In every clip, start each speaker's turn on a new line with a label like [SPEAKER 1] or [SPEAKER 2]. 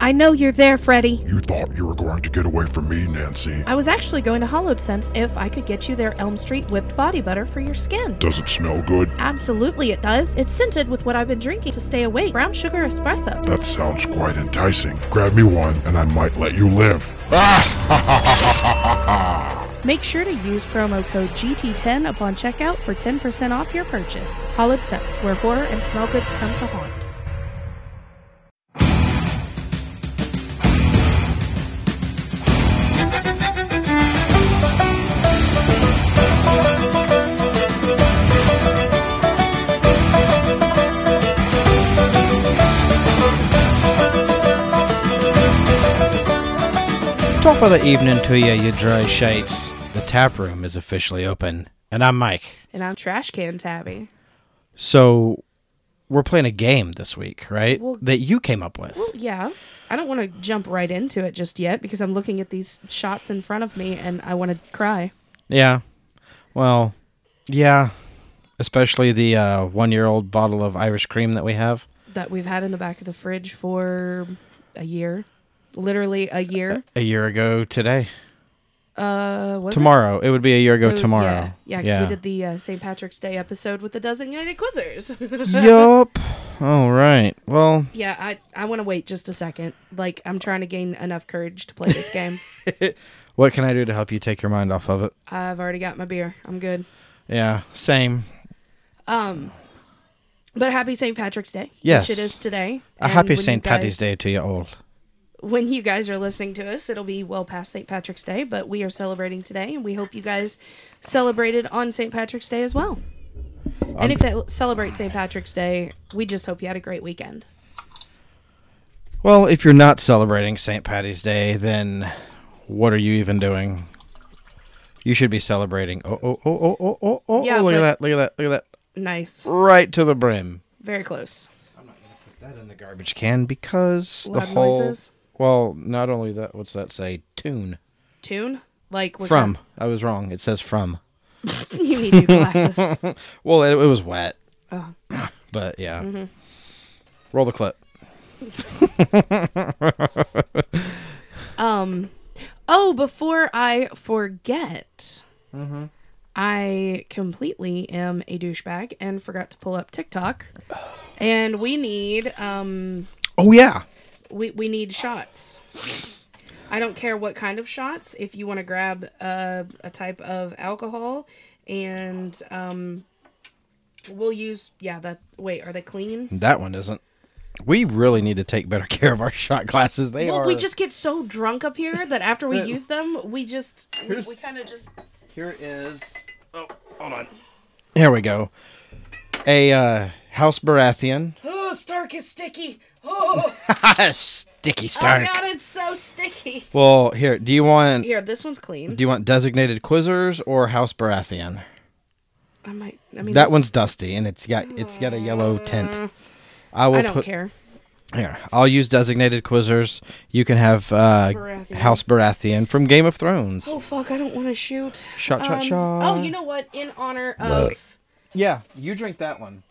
[SPEAKER 1] I know you're there, Freddy.
[SPEAKER 2] You thought you were going to get away from me, Nancy.
[SPEAKER 1] I was actually going to Hollowed Sense if I could get you their Elm Street whipped body butter for your skin.
[SPEAKER 2] Does it smell good?
[SPEAKER 1] Absolutely, it does. It's scented with what I've been drinking to stay awake brown sugar espresso.
[SPEAKER 2] That sounds quite enticing. Grab me one, and I might let you live.
[SPEAKER 1] Make sure to use promo code GT10 upon checkout for 10% off your purchase. Hollowed Sense, where horror and smell goods come to haunt.
[SPEAKER 3] Top of the evening to you, you dry shites. The tap room is officially open, and I'm Mike.
[SPEAKER 1] And I'm Trash Can Tabby.
[SPEAKER 3] So, we're playing a game this week, right?
[SPEAKER 1] Well-
[SPEAKER 3] that you came up with.
[SPEAKER 1] Well, yeah. I don't want to jump right into it just yet because I'm looking at these shots in front of me and I want to cry.
[SPEAKER 3] yeah. Well, yeah. Especially the uh, one year old bottle of Irish cream that we have.
[SPEAKER 1] that we've had in the back of the fridge for a year, literally a year.
[SPEAKER 3] A year ago today.
[SPEAKER 1] Uh, was it?
[SPEAKER 3] tomorrow. It? would be a year ago
[SPEAKER 1] Oh,
[SPEAKER 3] tomorrow.
[SPEAKER 1] Yeah, yeah, because we did the uh, St. Patrick's Day episode with the designated quizzers.
[SPEAKER 3] yup. All right. Well,
[SPEAKER 1] yeah, I I want to wait just a second. Like I'm trying to gain enough courage to play this game.
[SPEAKER 3] what can I do to help you take your mind off of it?
[SPEAKER 1] I've already got my beer. I'm good.
[SPEAKER 3] Yeah. Same.
[SPEAKER 1] Um, but happy St. Patrick's Day.
[SPEAKER 3] Yes.
[SPEAKER 1] which it is today.
[SPEAKER 3] A
[SPEAKER 1] And
[SPEAKER 3] happy
[SPEAKER 1] when you
[SPEAKER 3] St. Patty's
[SPEAKER 1] guys-
[SPEAKER 3] Day to you all.
[SPEAKER 1] when you guys are listening to us, it'll be well past St. Patrick's Day, but we are celebrating today, and we hope you guys celebrated on St. Patrick's Day as well. and if they
[SPEAKER 3] Um,
[SPEAKER 1] celebrate St. Patrick's Day, we just hope you had a great weekend.
[SPEAKER 3] Well, if you're not celebrating St. Patty's Day, then what are you even doing? You should be celebrating. Oh, oh, oh, oh, oh, oh, oh.
[SPEAKER 1] Yeah,
[SPEAKER 3] look
[SPEAKER 1] but-
[SPEAKER 3] at that. Look at that. Look at that.
[SPEAKER 1] Nice,
[SPEAKER 3] Right to the brim.
[SPEAKER 1] very close.
[SPEAKER 3] Put that in the garbage can because the
[SPEAKER 1] Loud
[SPEAKER 3] whole.
[SPEAKER 1] noises?
[SPEAKER 3] Well, not only that, what's that say? Tune.
[SPEAKER 1] Tune like we're
[SPEAKER 3] From. I was wrong. It says from.
[SPEAKER 1] you need new glasses.
[SPEAKER 3] Well, it, it was wet.
[SPEAKER 1] Oh. Mm-hmm.
[SPEAKER 3] But yeah. Roll the clip.
[SPEAKER 1] Um, oh, before I forget, I completely am a douchebag and forgot to pull up TikTok, and we need um
[SPEAKER 3] Oh, yeah.
[SPEAKER 1] we, we need shots. I don't care what kind of shots. If you want to grab a, a type of alcohol, and um, we'll use yeah. That wait, are they clean?
[SPEAKER 3] That one isn't. We really need to take better care of our shot glasses. They
[SPEAKER 1] Well,
[SPEAKER 3] are.
[SPEAKER 1] we just get so drunk up here that after we use them, we just we, we kind of just
[SPEAKER 3] Here is. Oh, hold on. Here we go. A uh, House Baratheon.
[SPEAKER 1] oh Stark is sticky. Oh,
[SPEAKER 3] Sticky
[SPEAKER 1] oh
[SPEAKER 3] Stark.
[SPEAKER 1] God, it's so sticky.
[SPEAKER 3] well, here. Do you want
[SPEAKER 1] Here, this one's clean.
[SPEAKER 3] do you want designated quizzers or House Baratheon?
[SPEAKER 1] I might. I mean,
[SPEAKER 3] That
[SPEAKER 1] this- Mm.
[SPEAKER 3] one's dusty and it's got it's got a yellow tint. I will
[SPEAKER 1] I don't
[SPEAKER 3] put
[SPEAKER 1] care.
[SPEAKER 3] here. I'll use designated quizzers. You can have uh,
[SPEAKER 1] Baratheon.
[SPEAKER 3] House Baratheon from Game of Thrones.
[SPEAKER 1] Oh fuck! I don't want to shoot.
[SPEAKER 3] Shot,
[SPEAKER 1] Um,
[SPEAKER 3] shot, shot.
[SPEAKER 1] Oh, you know what? In honor of.
[SPEAKER 3] Yeah, you drink that one.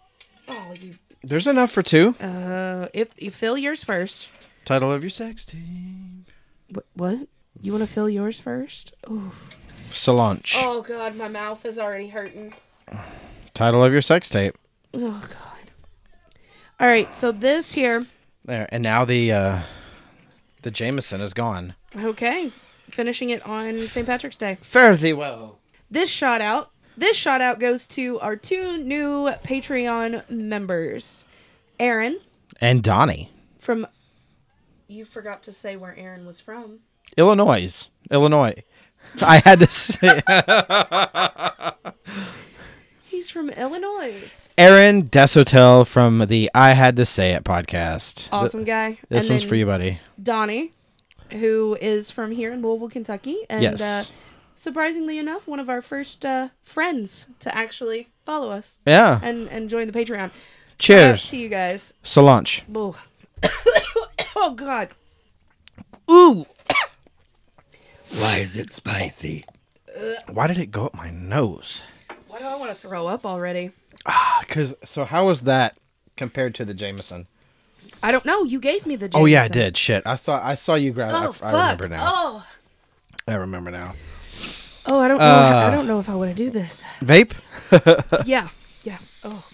[SPEAKER 1] Oh, you.
[SPEAKER 3] There's enough for two.
[SPEAKER 1] Uh, if you fill yours first.
[SPEAKER 3] Title of your sex team.
[SPEAKER 1] What? what? You want to fill yours first? Ooh.
[SPEAKER 3] Solange.
[SPEAKER 1] Oh God, my mouth is already hurting.
[SPEAKER 3] Title of your sex tape.
[SPEAKER 1] Oh God. All right, so this here.
[SPEAKER 3] There, and now the uh the Jameson is gone.
[SPEAKER 1] Okay, finishing it on St. Patrick's Day.
[SPEAKER 3] Fare thee well.
[SPEAKER 1] This shout out. This shout out goes to our two new Patreon members, Aaron
[SPEAKER 3] And Donnie.
[SPEAKER 1] from. You forgot to say where Aaron was from.
[SPEAKER 3] Illinois. Illinois. I had to say
[SPEAKER 1] He's from Illinois.
[SPEAKER 3] Aaron Desotel from the I Had to Say It podcast.
[SPEAKER 1] Awesome guy.
[SPEAKER 3] This
[SPEAKER 1] And
[SPEAKER 3] one's
[SPEAKER 1] then-
[SPEAKER 3] for you, buddy.
[SPEAKER 1] Donnie, who is from here in Louisville, Kentucky, and
[SPEAKER 3] Yes.
[SPEAKER 1] uh, surprisingly enough, one of our first uh, friends to actually follow us
[SPEAKER 3] Yeah.
[SPEAKER 1] and and join the Patreon. Shout out
[SPEAKER 3] Cheers.
[SPEAKER 1] to you guys.
[SPEAKER 3] Solange.
[SPEAKER 1] Boo. oh God.
[SPEAKER 4] Why is it spicy?
[SPEAKER 3] Why did it go up my nose?
[SPEAKER 1] Why do I want to throw up already?
[SPEAKER 3] Cause so how was that compared to the Jameson?
[SPEAKER 1] I don't know. You gave me the. Jameson.
[SPEAKER 3] Oh yeah, I did. Shit, I thought I saw you grab.
[SPEAKER 1] Oh
[SPEAKER 3] I,
[SPEAKER 1] fuck.
[SPEAKER 3] I remember now.
[SPEAKER 1] Oh.
[SPEAKER 3] I remember now.
[SPEAKER 1] Oh, I don't know.
[SPEAKER 3] Uh,
[SPEAKER 1] I don't know if I want to do this.
[SPEAKER 3] Vape. uh,
[SPEAKER 1] yeah. Yeah. Oh.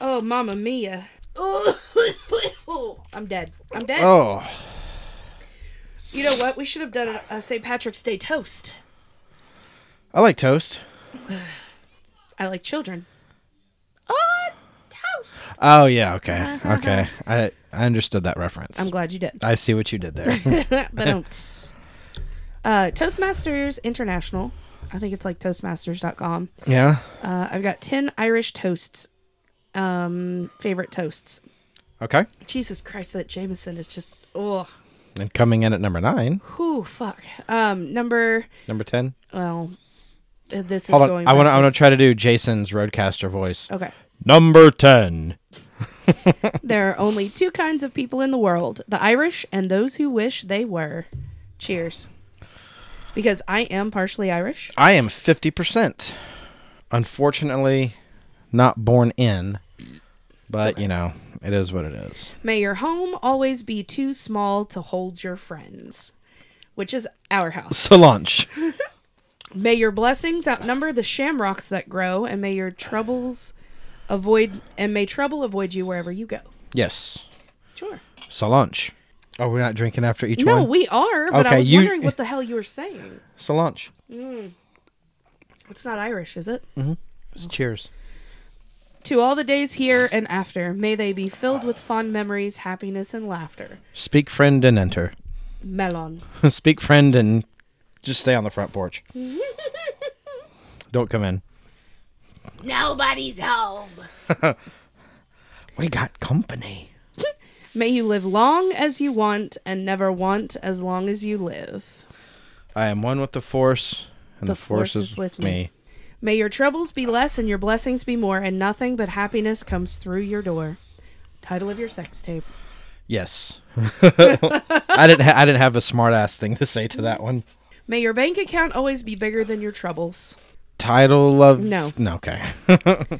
[SPEAKER 1] Oh, Mamma Mia. Oh, I'm dead. I'm dead.
[SPEAKER 3] Oh,
[SPEAKER 1] You know what? We should have done a, a St. Patrick's Day toast.
[SPEAKER 3] I like toast.
[SPEAKER 1] I like children. Oh, toast.
[SPEAKER 3] Oh yeah. Okay. Okay. I I understood that reference.
[SPEAKER 1] Uh-huh. I'm glad you did.
[SPEAKER 3] I see what you did there.
[SPEAKER 1] but um, uh, Toastmasters International. I think it's like Toastmasters.com.
[SPEAKER 3] yeah.
[SPEAKER 1] Uh, I've got 10 Irish toasts, um, favorite toasts.
[SPEAKER 3] Okay.
[SPEAKER 1] Jesus Christ, that Jameson is just, oh,
[SPEAKER 3] And coming in at number nine,
[SPEAKER 1] whew, fuck. Um, number,
[SPEAKER 3] number ten.
[SPEAKER 1] well, uh, this is
[SPEAKER 3] Hold on.
[SPEAKER 1] going.
[SPEAKER 3] I want to. I
[SPEAKER 1] backwards.
[SPEAKER 3] want to try to do Jason's roadcaster voice.
[SPEAKER 1] Okay.
[SPEAKER 3] Number ten.
[SPEAKER 1] There are only two kinds of people in the world the Irish and those who wish they were. Cheers. Because I am partially Irish.
[SPEAKER 3] I am fifty percent. Unfortunately, not born in, but you know it is what it is.
[SPEAKER 1] May your home always be too small to hold your friends, which is our house.
[SPEAKER 3] Solange.
[SPEAKER 1] May your blessings outnumber the shamrocks that grow, and may your troubles avoid, and may trouble avoid you wherever you go.
[SPEAKER 3] yes.
[SPEAKER 1] Sure.
[SPEAKER 3] Solange. Oh, we're not drinking after each
[SPEAKER 1] No,
[SPEAKER 3] one.
[SPEAKER 1] we are, but I
[SPEAKER 3] Okay,
[SPEAKER 1] was
[SPEAKER 3] you-
[SPEAKER 1] wondering what the hell you were saying.
[SPEAKER 3] Solange.
[SPEAKER 1] It's not Irish, is it?
[SPEAKER 3] Cheers.
[SPEAKER 1] To all the days here and after, may they be filled with fond memories, happiness, and laughter.
[SPEAKER 3] Speak friend and enter.
[SPEAKER 1] Melon.
[SPEAKER 3] Speak friend and just stay on the front porch. Don't come in.
[SPEAKER 5] Nobody's home.
[SPEAKER 3] We got company.
[SPEAKER 1] May you live long as you want and never want as long as you live.
[SPEAKER 3] I am one with the force, and the, force, is, with me.
[SPEAKER 1] May your troubles be less and your blessings be more, and nothing but happiness comes through your door. Title of your sex tape.
[SPEAKER 3] Yes. I didn't. Ha- I didn't have a smart ass thing to say to that one.
[SPEAKER 1] May your bank account always be bigger than your troubles.
[SPEAKER 3] Title of
[SPEAKER 1] No.
[SPEAKER 3] No. Okay.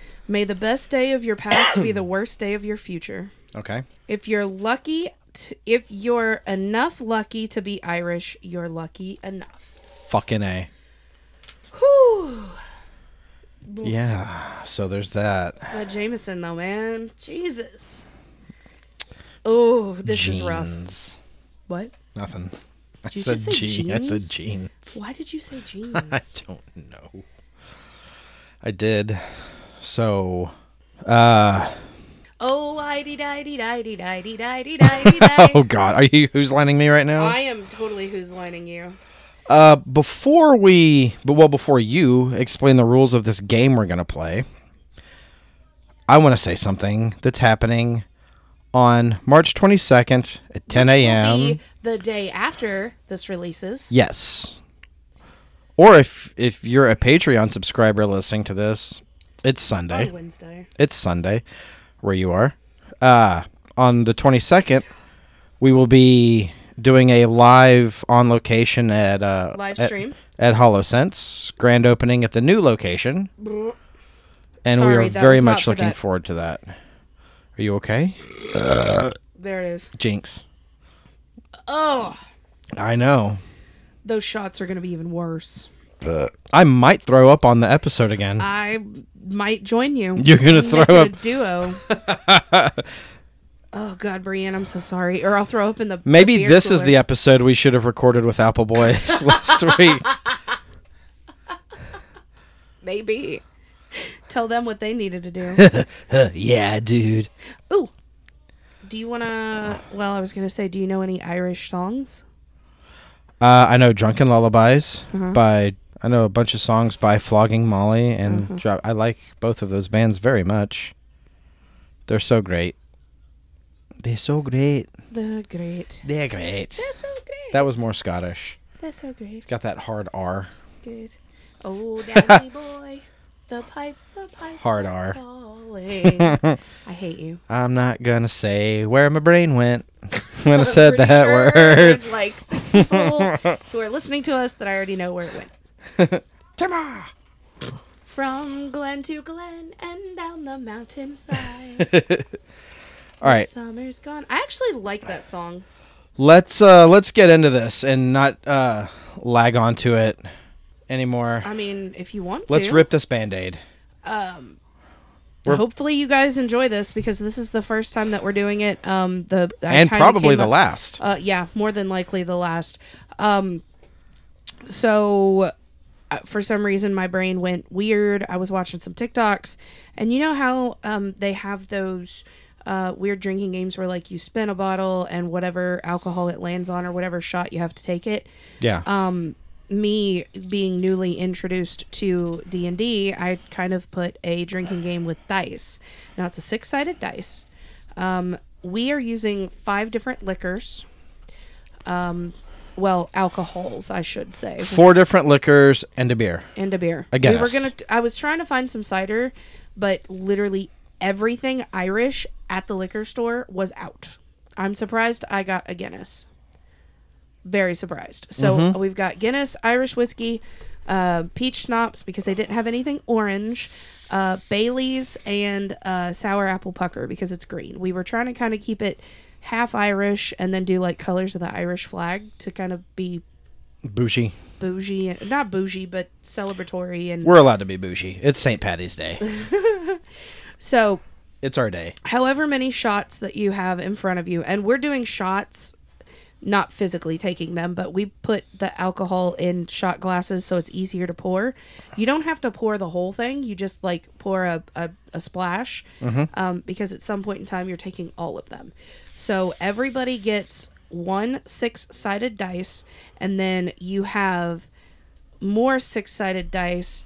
[SPEAKER 1] May the best day of your past be the worst day of your future.
[SPEAKER 3] okay.
[SPEAKER 1] If you're lucky, t- if you're enough lucky to be Irish, you're lucky enough.
[SPEAKER 3] Fucking a.
[SPEAKER 1] Whew.
[SPEAKER 3] Yeah. So there's that.
[SPEAKER 1] That Jameson, though, man. Jesus. Oh, this is rough.
[SPEAKER 3] Jeans.
[SPEAKER 1] What?
[SPEAKER 3] Nothing. I
[SPEAKER 1] Did you
[SPEAKER 3] said
[SPEAKER 1] just say
[SPEAKER 3] jean. I said
[SPEAKER 1] jeans?
[SPEAKER 3] jeans.
[SPEAKER 1] Why did you say jeans?
[SPEAKER 3] I don't know. I did. So, uh,
[SPEAKER 1] oh, I dee di dee di dee di dee di dee di dee di.
[SPEAKER 3] oh God, are you who's lining me right now?
[SPEAKER 1] I am totally who's lining you.
[SPEAKER 3] Uh, before we, but well, before you explain the rules of this game we're gonna play, I want to say something that's happening on March 22nd at 10
[SPEAKER 1] Will be
[SPEAKER 3] a.m.
[SPEAKER 1] the day after this releases.
[SPEAKER 3] Yes. Or if if you're a Patreon subscriber listening to this, it's Sunday.
[SPEAKER 1] On Wednesday.
[SPEAKER 3] it's Sunday where you are. Uh, on the 22nd, we will be doing a live on location at uh,
[SPEAKER 1] Live
[SPEAKER 3] at-
[SPEAKER 1] stream.
[SPEAKER 3] at, HoloSense, grand opening at the new location. And we
[SPEAKER 1] Sorry,
[SPEAKER 3] are
[SPEAKER 1] that
[SPEAKER 3] very
[SPEAKER 1] was not
[SPEAKER 3] much
[SPEAKER 1] for
[SPEAKER 3] looking
[SPEAKER 1] that.
[SPEAKER 3] forward to that. Are you okay?
[SPEAKER 1] There it is.
[SPEAKER 3] Jinx.
[SPEAKER 1] Oh,
[SPEAKER 3] I know.
[SPEAKER 1] those shots are going to be even worse.
[SPEAKER 3] I might throw up on the episode again.
[SPEAKER 1] I might join you.
[SPEAKER 3] You're gonna
[SPEAKER 1] Make
[SPEAKER 3] throw
[SPEAKER 1] it
[SPEAKER 3] up.
[SPEAKER 1] a duo. oh God, Brienne, I'm so sorry. Or I'll throw up in the
[SPEAKER 3] Maybe
[SPEAKER 1] the beer
[SPEAKER 3] this is
[SPEAKER 1] cooler.
[SPEAKER 3] the episode we should have recorded with Apple Boys last week.
[SPEAKER 1] maybe. Tell them what they needed to do.
[SPEAKER 4] yeah, dude.
[SPEAKER 1] Ooh, do you wanna? Well, I was gonna say, do you know any Irish songs?
[SPEAKER 3] Uh, I know "Drunken Lullabies"
[SPEAKER 1] Mm-hmm.
[SPEAKER 3] by I know a bunch of songs by Flogging Molly and
[SPEAKER 1] Mm-hmm.
[SPEAKER 3] Dro- I like both of those bands very much. They're so great. They're so great.
[SPEAKER 1] The great.
[SPEAKER 3] They're great.
[SPEAKER 1] That's so great.
[SPEAKER 3] That was more Scottish.
[SPEAKER 1] That's so great.
[SPEAKER 3] It's got that hard R.
[SPEAKER 1] Good. Oh, daddy boy, the pipes, the pipes.
[SPEAKER 3] Hard
[SPEAKER 1] are
[SPEAKER 3] R.
[SPEAKER 1] calling. I hate you.
[SPEAKER 3] I'm not gonna say where my brain went when I said
[SPEAKER 1] pretty
[SPEAKER 3] that
[SPEAKER 1] sure
[SPEAKER 3] word.
[SPEAKER 1] There's like six people who are listening to us that I already know where it went.
[SPEAKER 3] Timber!
[SPEAKER 1] From glen to glen and down the mountainside.
[SPEAKER 3] All right.
[SPEAKER 1] Summer's gone. I actually like that song.
[SPEAKER 3] Let's uh let's get into this and not uh lag onto it anymore.
[SPEAKER 1] I mean, if you want
[SPEAKER 3] Let's
[SPEAKER 1] to.
[SPEAKER 3] rip this band-aid. we're-
[SPEAKER 1] Hopefully, you guys enjoy this because this is the first time that we're doing it. Um, the I
[SPEAKER 3] and
[SPEAKER 1] kinda
[SPEAKER 3] probably
[SPEAKER 1] came
[SPEAKER 3] the
[SPEAKER 1] up-
[SPEAKER 3] last.
[SPEAKER 1] Uh, yeah, more than likely the last. Um, so uh, for some reason my brain went weird. I was watching some TikToks, and you know how um they have those. Uh, weird drinking games where like you spin a bottle and whatever alcohol it lands on or whatever shot you have to take it
[SPEAKER 3] yeah.
[SPEAKER 1] um me being newly introduced to d&d i kind of put a drinking game with dice now it's a six-sided dice um, we are using five different liquors um, well alcohols i should say
[SPEAKER 3] Four different liquors and a beer.
[SPEAKER 1] and a beer
[SPEAKER 3] I guess.
[SPEAKER 1] we were gonna i was trying to find some cider but literally everything irish at the liquor store was out i'm surprised i got a guinness very surprised. So
[SPEAKER 3] Mm-hmm.
[SPEAKER 1] we've got Guinness, Irish whiskey, uh, peach schnapps because they didn't have anything orange, uh, Bailey's, and uh, sour apple pucker because it's green. We were trying to kind of keep it half Irish and then do like colors of the Irish flag to kind of be
[SPEAKER 3] Bougie.
[SPEAKER 1] bougie and not bougie but celebratory and
[SPEAKER 3] We're allowed to be bougie. It's St. Patty's Day.
[SPEAKER 1] so
[SPEAKER 3] it's our day.
[SPEAKER 1] however many shots that you have in front of you and we're doing shots not physically taking them but we put the alcohol in shot glasses so it's easier to pour you don't have to pour the whole thing you just like pour a, a, a splash um, because at some point in time you're taking all of them so everybody gets one six sided dice and then you have more six sided dice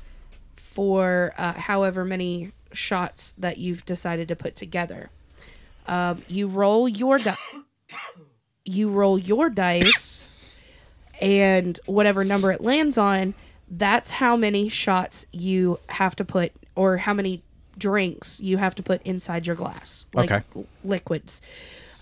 [SPEAKER 1] for uh, however many shots that you've decided to put together. Um, you roll your di- you roll your dice, and whatever number it lands on, that's how many shots you have to put, or how many drinks you have to put inside your glass, like
[SPEAKER 3] Okay.
[SPEAKER 1] l- liquids.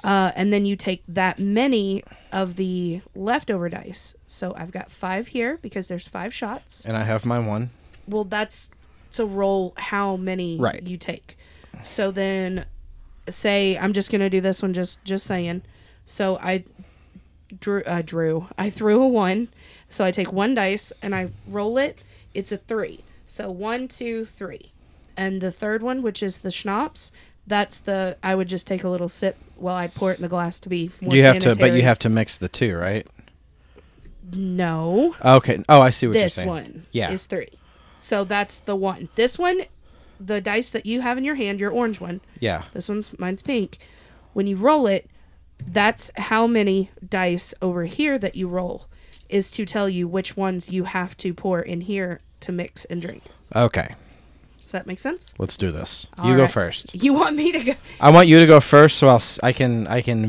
[SPEAKER 1] Uh, and then you take that many of the leftover dice. So I've got five here because there's five shots
[SPEAKER 3] And I have my one.
[SPEAKER 1] well that's to roll how many
[SPEAKER 3] Right.
[SPEAKER 1] you take so then say i'm just gonna do this one just just saying so i drew uh, drew i threw a one so i take one dice and i roll it it's a three so one two three and the third one which is the schnapps that's the i would just take a little sip while i pour it in the glass to be more
[SPEAKER 3] you have to
[SPEAKER 1] sanitary.
[SPEAKER 3] but you have to mix the two, right?
[SPEAKER 1] no
[SPEAKER 3] Okay. Oh, I see what you're
[SPEAKER 1] this
[SPEAKER 3] saying.
[SPEAKER 1] one
[SPEAKER 3] Yeah.
[SPEAKER 1] is three. So that's the one. This one, the dice that you have in your hand, your orange one.
[SPEAKER 3] yeah.
[SPEAKER 1] This one's mine's pink. When you roll it, that's how many dice over here that you roll is to tell you which ones you have to pour in here to mix and drink.
[SPEAKER 3] Okay.
[SPEAKER 1] Does that make sense?
[SPEAKER 3] Let's do this.
[SPEAKER 1] All
[SPEAKER 3] you go
[SPEAKER 1] right.
[SPEAKER 3] first.
[SPEAKER 1] You want me to go?
[SPEAKER 3] I want you to go first so I'll, s- I can I can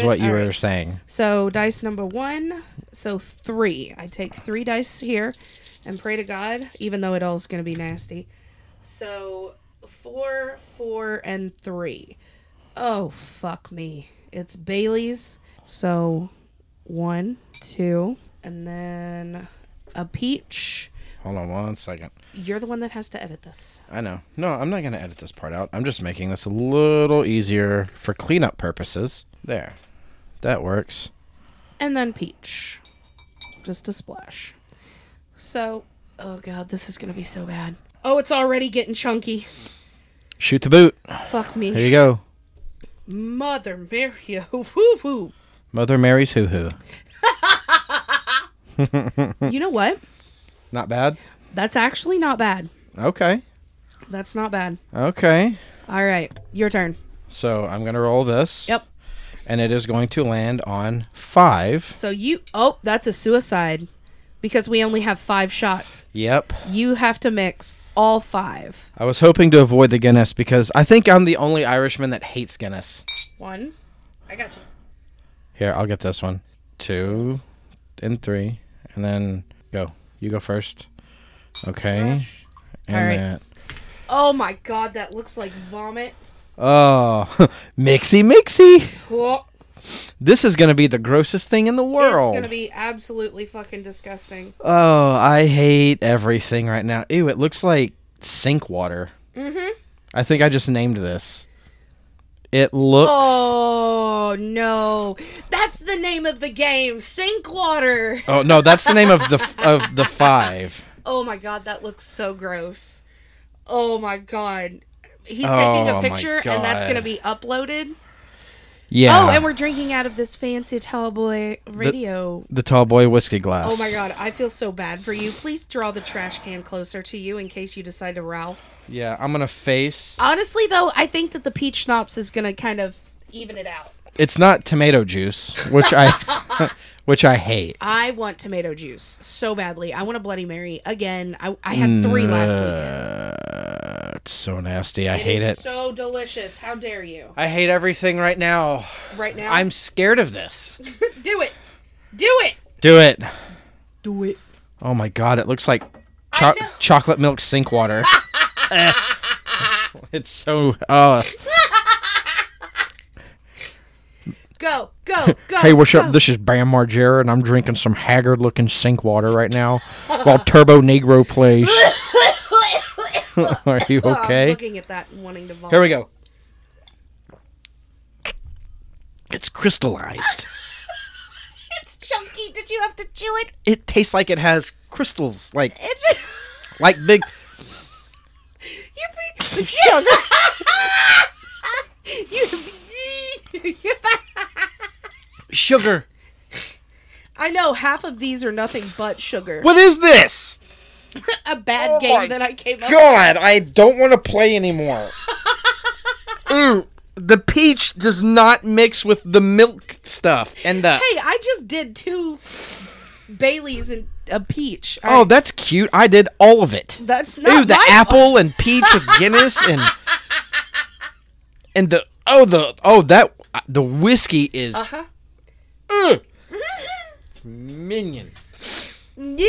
[SPEAKER 1] Understand it?
[SPEAKER 3] what you
[SPEAKER 1] All
[SPEAKER 3] were
[SPEAKER 1] right.
[SPEAKER 3] saying.
[SPEAKER 1] So dice number one, so three. I take three dice here, and pray to God, even though it all's gonna be nasty. So four, four, and three. Oh fuck me! It's Bailey's. So one, two, and then a peach.
[SPEAKER 3] Hold on one second.
[SPEAKER 1] You're the one that has to edit this.
[SPEAKER 3] I know. No, I'm not going to edit this part out. I'm just making this a little easier for cleanup purposes. There. That works.
[SPEAKER 1] and then peach. Just a splash. So, oh god, this is gonna be so bad. Oh, it's already getting chunky.
[SPEAKER 3] Shoot the boot.
[SPEAKER 1] Fuck
[SPEAKER 3] There
[SPEAKER 1] me.
[SPEAKER 3] you go.
[SPEAKER 1] Mother Mary, woo woo.
[SPEAKER 3] Mother Mary's hoo hoo.
[SPEAKER 1] You know what?
[SPEAKER 3] Not bad.
[SPEAKER 1] That's actually not bad.
[SPEAKER 3] Okay.
[SPEAKER 1] That's not bad.
[SPEAKER 3] Okay.
[SPEAKER 1] All right, your turn.
[SPEAKER 3] So I'm going to roll this.
[SPEAKER 1] Yep.
[SPEAKER 3] And it is going to land on five.
[SPEAKER 1] So you, oh, that's a suicide because we only have five shots.
[SPEAKER 3] Yep.
[SPEAKER 1] You have to mix all five.
[SPEAKER 3] I was hoping to avoid the Guinness because I think I'm the only Irishman that hates Guinness.
[SPEAKER 1] One. I got you.
[SPEAKER 3] Here, I'll get this one. Two and three. And then go. You go first. Okay. And
[SPEAKER 1] All right.
[SPEAKER 3] that.
[SPEAKER 1] Oh my god, that looks like vomit.
[SPEAKER 3] Oh, mixy mixy.
[SPEAKER 1] Oh,
[SPEAKER 3] This is going to be the grossest thing in the
[SPEAKER 1] it's
[SPEAKER 3] world.
[SPEAKER 1] gonna be absolutely fucking disgusting.
[SPEAKER 3] oh, I hate everything right now. Ew, it looks like sink water. Mm-hmm. I think I just named this. It looks.
[SPEAKER 1] Oh no, that's the name of the game. Sink water.
[SPEAKER 3] Oh no, that's the name of the f- of the five.
[SPEAKER 1] Oh my god, that looks so gross. Oh my god. He's
[SPEAKER 3] Oh,
[SPEAKER 1] taking a
[SPEAKER 3] my
[SPEAKER 1] picture and that's
[SPEAKER 3] God.
[SPEAKER 1] going to be uploaded.
[SPEAKER 3] Yeah.
[SPEAKER 1] Oh, and we're drinking out of this fancy Tallboy radio.
[SPEAKER 3] the tall boy whiskey glass.
[SPEAKER 1] Oh my god, I feel so bad for you. Please draw the trash can closer to you in case you decide to Ralph.
[SPEAKER 3] Yeah, I'm gonna face.
[SPEAKER 1] Honestly though, I think that the peach schnapps is going to kind of even it out.
[SPEAKER 3] It's not tomato juice, which I, which I hate.
[SPEAKER 1] I want tomato juice so badly. I want a Bloody Mary again. I, I had three last weekend.
[SPEAKER 3] Uh, it's so nasty. Mm, I hate
[SPEAKER 1] is
[SPEAKER 3] it.
[SPEAKER 1] So delicious. How dare you?
[SPEAKER 3] I hate everything right now.
[SPEAKER 1] Right now,
[SPEAKER 3] I'm scared of this.
[SPEAKER 1] do it, do it.
[SPEAKER 3] Do it. Do it. Oh my god, it looks like cho- chocolate milk sink water. it's so. Uh,
[SPEAKER 1] Go, go, go.
[SPEAKER 3] hey, what's up?
[SPEAKER 1] go.
[SPEAKER 3] This is Bam Margera, and I'm drinking some haggard looking sink water right now while Turbo Negro plays. Are you
[SPEAKER 1] Oh, I'm
[SPEAKER 3] okay?
[SPEAKER 1] looking at that, and wanting to vomit.
[SPEAKER 3] Here we go.
[SPEAKER 4] It's crystallized.
[SPEAKER 5] It's chunky. Did you have to chew it?
[SPEAKER 4] it tastes like it has crystals, like
[SPEAKER 5] It's
[SPEAKER 4] like big.
[SPEAKER 1] You be- You-
[SPEAKER 4] sugar.
[SPEAKER 1] I know half of these are nothing but sugar.
[SPEAKER 4] What is this?
[SPEAKER 1] A bad
[SPEAKER 3] Oh my
[SPEAKER 1] game that I came up with.
[SPEAKER 3] God, I don't want to play anymore. Ooh, the peach does not mix with the milk stuff and the.
[SPEAKER 1] Hey, I just did two Baileys and a peach. All
[SPEAKER 3] Oh,
[SPEAKER 1] right,
[SPEAKER 3] that's cute. I did all of it.
[SPEAKER 1] that's not
[SPEAKER 3] Ooh, the
[SPEAKER 1] my
[SPEAKER 3] apple and peach with Guinness and and the oh the oh that uh, the whiskey is
[SPEAKER 1] Uh-huh.
[SPEAKER 3] Ugh. It's minion.
[SPEAKER 1] fault.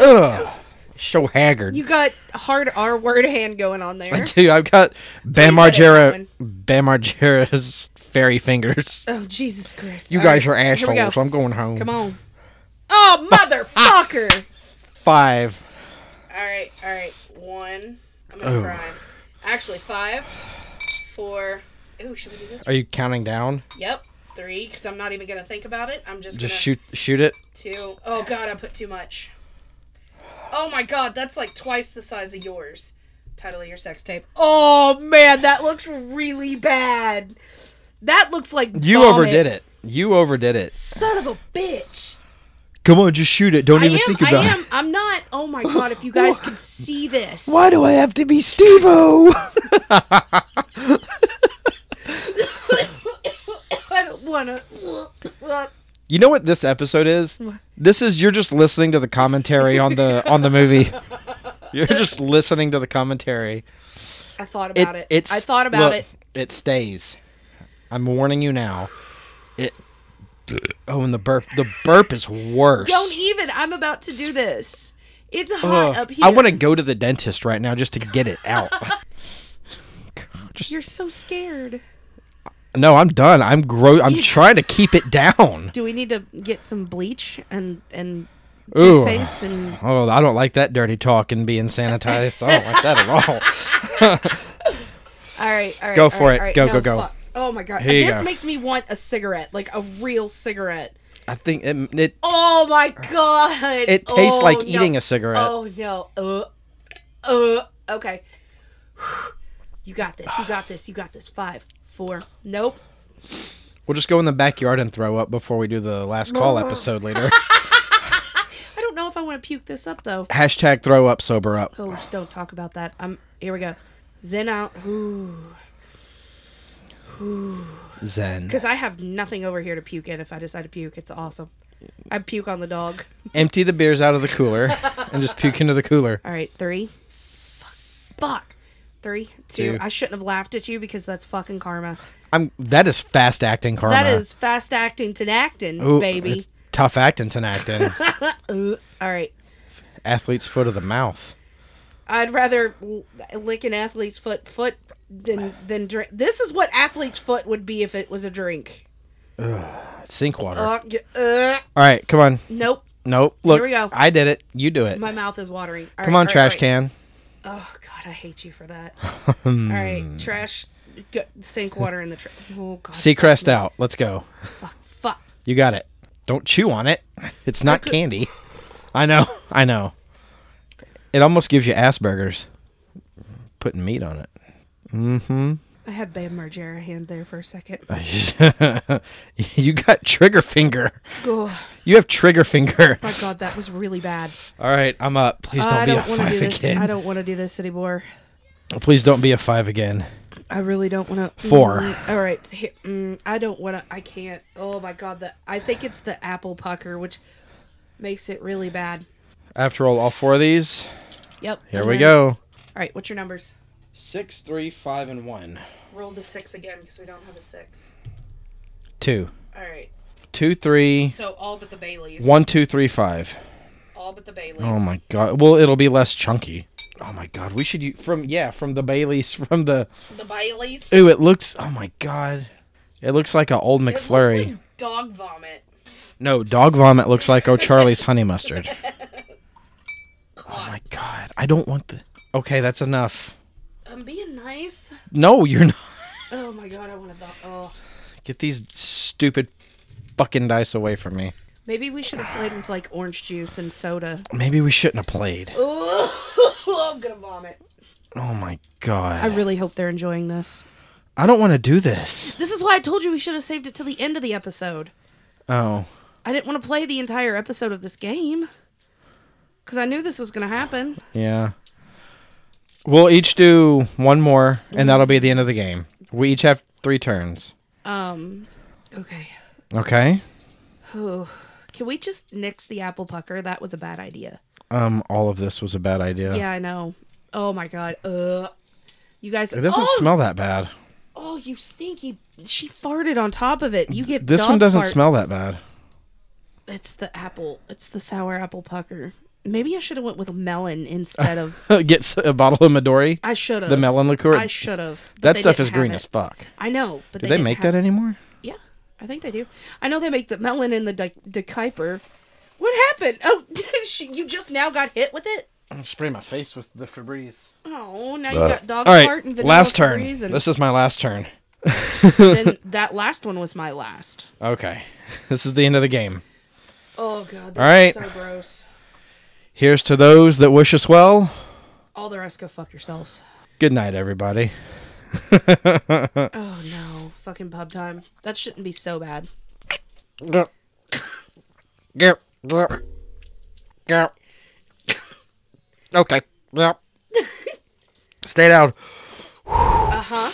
[SPEAKER 3] Ugh. So haggard.
[SPEAKER 1] You got hard R word hand going on there.
[SPEAKER 3] Dude, I've got Bam
[SPEAKER 1] Please
[SPEAKER 3] Margera
[SPEAKER 1] edit
[SPEAKER 3] Bam Margera's fairy fingers.
[SPEAKER 1] Oh Jesus Christ!
[SPEAKER 3] You
[SPEAKER 1] All
[SPEAKER 3] guys are
[SPEAKER 1] right, here we go.
[SPEAKER 3] assholes. I'm going home.
[SPEAKER 1] Come on. Oh motherfucker!
[SPEAKER 3] Five.
[SPEAKER 1] All right, all right. One. I'm gonna cry. Actually, five, four. Ooh, should we do this?
[SPEAKER 3] Are you counting down?
[SPEAKER 1] Yep, three. Because I'm not even gonna think about it. I'm just,
[SPEAKER 3] Just
[SPEAKER 1] gonna
[SPEAKER 3] shoot shoot it.
[SPEAKER 1] two. Oh god, I put too much. Oh my god, that's like twice the size of yours. Title of your sex tape. Oh man, that looks really bad. That looks like
[SPEAKER 3] You
[SPEAKER 1] vomit.
[SPEAKER 3] overdid it. You overdid it.
[SPEAKER 1] Son of a bitch.
[SPEAKER 3] Come on, just shoot it. Don't
[SPEAKER 1] I
[SPEAKER 3] even
[SPEAKER 1] am.
[SPEAKER 3] think
[SPEAKER 1] I
[SPEAKER 3] about it.
[SPEAKER 1] am. I'm not. Oh my god! If you guys could see this.
[SPEAKER 4] Why do I have to be Steve-O?
[SPEAKER 1] I don't wanna.
[SPEAKER 3] You know what this episode is? This is you're just listening to the commentary on the on the movie. You're just listening to the commentary.
[SPEAKER 1] I thought about it.
[SPEAKER 3] it's-
[SPEAKER 1] I thought about
[SPEAKER 3] look,
[SPEAKER 1] it.
[SPEAKER 3] It stays. I'm warning you now. It. Oh, and the burp. The burp is worse.
[SPEAKER 1] Don't even. I'm about to do this. It's hot
[SPEAKER 3] Ugh.
[SPEAKER 1] up here.
[SPEAKER 3] I want to go to the dentist right now just to get it out.
[SPEAKER 1] You're so scared.
[SPEAKER 3] no, I'm done. I'm gro. I'm trying to keep it down.
[SPEAKER 1] Do we need to get some bleach and and
[SPEAKER 3] Ooh.
[SPEAKER 1] toothpaste and?
[SPEAKER 3] Oh, I don't like that dirty talk and being sanitized. I don't like that at all.
[SPEAKER 1] All right. All right.
[SPEAKER 3] Go
[SPEAKER 1] all
[SPEAKER 3] for
[SPEAKER 1] right,
[SPEAKER 3] it.
[SPEAKER 1] all right.
[SPEAKER 3] Go,
[SPEAKER 1] No,
[SPEAKER 3] go, go.
[SPEAKER 1] fuck. Oh my god.
[SPEAKER 3] Here you
[SPEAKER 1] this
[SPEAKER 3] go.
[SPEAKER 1] makes me want a cigarette, like a real cigarette.
[SPEAKER 3] I think it. it
[SPEAKER 1] Oh my god.
[SPEAKER 3] It tastes
[SPEAKER 1] Oh,
[SPEAKER 3] like
[SPEAKER 1] no.
[SPEAKER 3] eating a cigarette.
[SPEAKER 1] Oh no. Uh, uh, okay. You got this. You got this. You got this. Five, four. Nope.
[SPEAKER 3] We'll just go in the backyard and throw up before we do the last call episode later.
[SPEAKER 1] I don't know if I want to puke this up though.
[SPEAKER 3] Hashtag throw up, sober up.
[SPEAKER 1] Oh, just don't talk about that. I'm here. We go. Zen out. Ooh.
[SPEAKER 3] Zen.
[SPEAKER 1] Because I have nothing over here to puke in. If I decide to puke, it's awesome. I puke on the dog.
[SPEAKER 3] Empty the beers out of the cooler and just puke into the cooler.
[SPEAKER 1] All right, three. Fuck. Fuck. Three, two.
[SPEAKER 3] Two.
[SPEAKER 1] I shouldn't have laughed at you because that's fucking karma.
[SPEAKER 3] I'm. That is fast acting karma.
[SPEAKER 1] That is fast acting to acting,
[SPEAKER 3] Ooh,
[SPEAKER 1] baby.
[SPEAKER 3] it's tough acting to acting.
[SPEAKER 1] Ugh. All right.
[SPEAKER 3] Athlete's foot of the mouth.
[SPEAKER 1] I'd rather l- lick an athlete's foot foot than than drink. This is what athlete's foot would be if it was a drink.
[SPEAKER 3] Sink water.
[SPEAKER 1] Uh, y- uh,
[SPEAKER 3] All right, come on.
[SPEAKER 1] nope.
[SPEAKER 3] Nope. Look,
[SPEAKER 1] we go.
[SPEAKER 3] I did it. You do it.
[SPEAKER 1] My mouth is watering. All right,
[SPEAKER 3] come
[SPEAKER 1] Oh,
[SPEAKER 3] on,
[SPEAKER 1] all right,
[SPEAKER 3] trash
[SPEAKER 1] all right.
[SPEAKER 3] can.
[SPEAKER 1] Oh God, I hate you for that. All right, trash Go, sink water in the tr Oh god.
[SPEAKER 3] Seacrest out. Let's go.
[SPEAKER 1] Fuck.
[SPEAKER 3] You got it. Don't chew on it. It's not candy. I know. I know. It almost gives you Asperger's. Putting meat on it.
[SPEAKER 1] I had Bam Margera hand there for a second.
[SPEAKER 3] you got trigger finger.
[SPEAKER 1] Oh
[SPEAKER 3] You have trigger finger.
[SPEAKER 1] my god, that was really bad.
[SPEAKER 3] All right, I'm up. Please don't
[SPEAKER 1] I
[SPEAKER 3] be
[SPEAKER 1] don't
[SPEAKER 3] a
[SPEAKER 1] want to do
[SPEAKER 3] five
[SPEAKER 1] this. I
[SPEAKER 3] again.
[SPEAKER 1] don't want to do this anymore.
[SPEAKER 3] Please don't be a five again.
[SPEAKER 1] I really don't want to.
[SPEAKER 3] Four.
[SPEAKER 1] all right. Here, mm, I don't want to. I can't. Oh my god. The, I think it's the apple pucker, which makes it really bad.
[SPEAKER 3] After all, all four of these.
[SPEAKER 1] Yep.
[SPEAKER 3] Here
[SPEAKER 1] and
[SPEAKER 3] we
[SPEAKER 1] then-
[SPEAKER 3] go.
[SPEAKER 1] All right. What's your numbers?
[SPEAKER 3] Six, three, five, and one.
[SPEAKER 1] Roll the six again because we don't have a six.
[SPEAKER 3] Two.
[SPEAKER 1] All right.
[SPEAKER 3] Two, three,
[SPEAKER 1] So all but the Baileys.
[SPEAKER 3] one, two, three, five.
[SPEAKER 1] All but the Baileys.
[SPEAKER 3] Oh my god. Well, it'll be less chunky. Oh my god. We should use from yeah from the Bailey's from the.
[SPEAKER 1] The Baileys.
[SPEAKER 3] Ooh, it looks. Oh my god. It looks like a old
[SPEAKER 1] It looks
[SPEAKER 3] McFlurry.
[SPEAKER 1] like dog vomit.
[SPEAKER 3] No, dog vomit looks like O'Charlie's honey mustard. Oh my god. I don't want the. Okay, that's enough.
[SPEAKER 1] I'm being nice.
[SPEAKER 3] No, you're not.
[SPEAKER 1] Oh my god, I want to. Th- oh,
[SPEAKER 3] Get these stupid fucking dice away from me.
[SPEAKER 1] maybe we should have played with like orange juice and soda.
[SPEAKER 3] Maybe we shouldn't have played.
[SPEAKER 1] Oh, I'm gonna vomit.
[SPEAKER 3] Oh my
[SPEAKER 1] I
[SPEAKER 3] god.
[SPEAKER 1] really hope they're enjoying this.
[SPEAKER 3] I don't want to do this.
[SPEAKER 1] This is why I told you we should have saved it till the end of the episode.
[SPEAKER 3] Oh.
[SPEAKER 1] I didn't want to play the entire episode of this game because I knew this was gonna happen.
[SPEAKER 3] Yeah. We'll each do one more, and that'll be the end of the game. We each have three turns.
[SPEAKER 1] Um, okay.
[SPEAKER 3] Okay.
[SPEAKER 1] Oh, can we just nix the apple pucker? That was a bad idea.
[SPEAKER 3] Um, all of this was a bad idea.
[SPEAKER 1] Yeah, I know. Oh my god. Uh, you guys.
[SPEAKER 3] It doesn't
[SPEAKER 1] oh,
[SPEAKER 3] smell that bad.
[SPEAKER 1] Oh, you stinky! She farted on top of it. You get
[SPEAKER 3] This one
[SPEAKER 1] dog
[SPEAKER 3] doesn't
[SPEAKER 1] fart.
[SPEAKER 3] smell that bad.
[SPEAKER 1] It's the apple. It's the sour apple pucker. Maybe I should have went with melon instead of.
[SPEAKER 3] Get s- a bottle of Midori.
[SPEAKER 1] I should have
[SPEAKER 3] The melon liqueur.
[SPEAKER 1] I should have.
[SPEAKER 3] that stuff is green as fuck.
[SPEAKER 1] I know, but
[SPEAKER 3] Do
[SPEAKER 1] they,
[SPEAKER 3] they, make that
[SPEAKER 1] in?
[SPEAKER 3] anymore?
[SPEAKER 1] Yeah, I think they do. I know they make the melon in the de, de Kuiper. What happened? Oh, she, you just now got hit with it.
[SPEAKER 3] I'm gonna spray my face with the Febreze.
[SPEAKER 1] Oh, now you got dog
[SPEAKER 3] Uh, All
[SPEAKER 1] fart and
[SPEAKER 3] right,
[SPEAKER 1] vanilla
[SPEAKER 3] last turn.
[SPEAKER 1] Febreze and
[SPEAKER 3] This is my last turn.
[SPEAKER 1] then that last one was my last.
[SPEAKER 3] Okay, this is the end of the game.
[SPEAKER 1] Oh god, that's
[SPEAKER 3] All right.
[SPEAKER 1] so gross.
[SPEAKER 3] Here's to those that wish us well.
[SPEAKER 1] All the rest go fuck yourselves.
[SPEAKER 3] Good night, everybody.
[SPEAKER 1] Oh no, fucking pub time. That shouldn't be so bad.
[SPEAKER 3] Gurp. Gurp. Gurp. Gurp. Okay. Gurp. Stay down.
[SPEAKER 1] I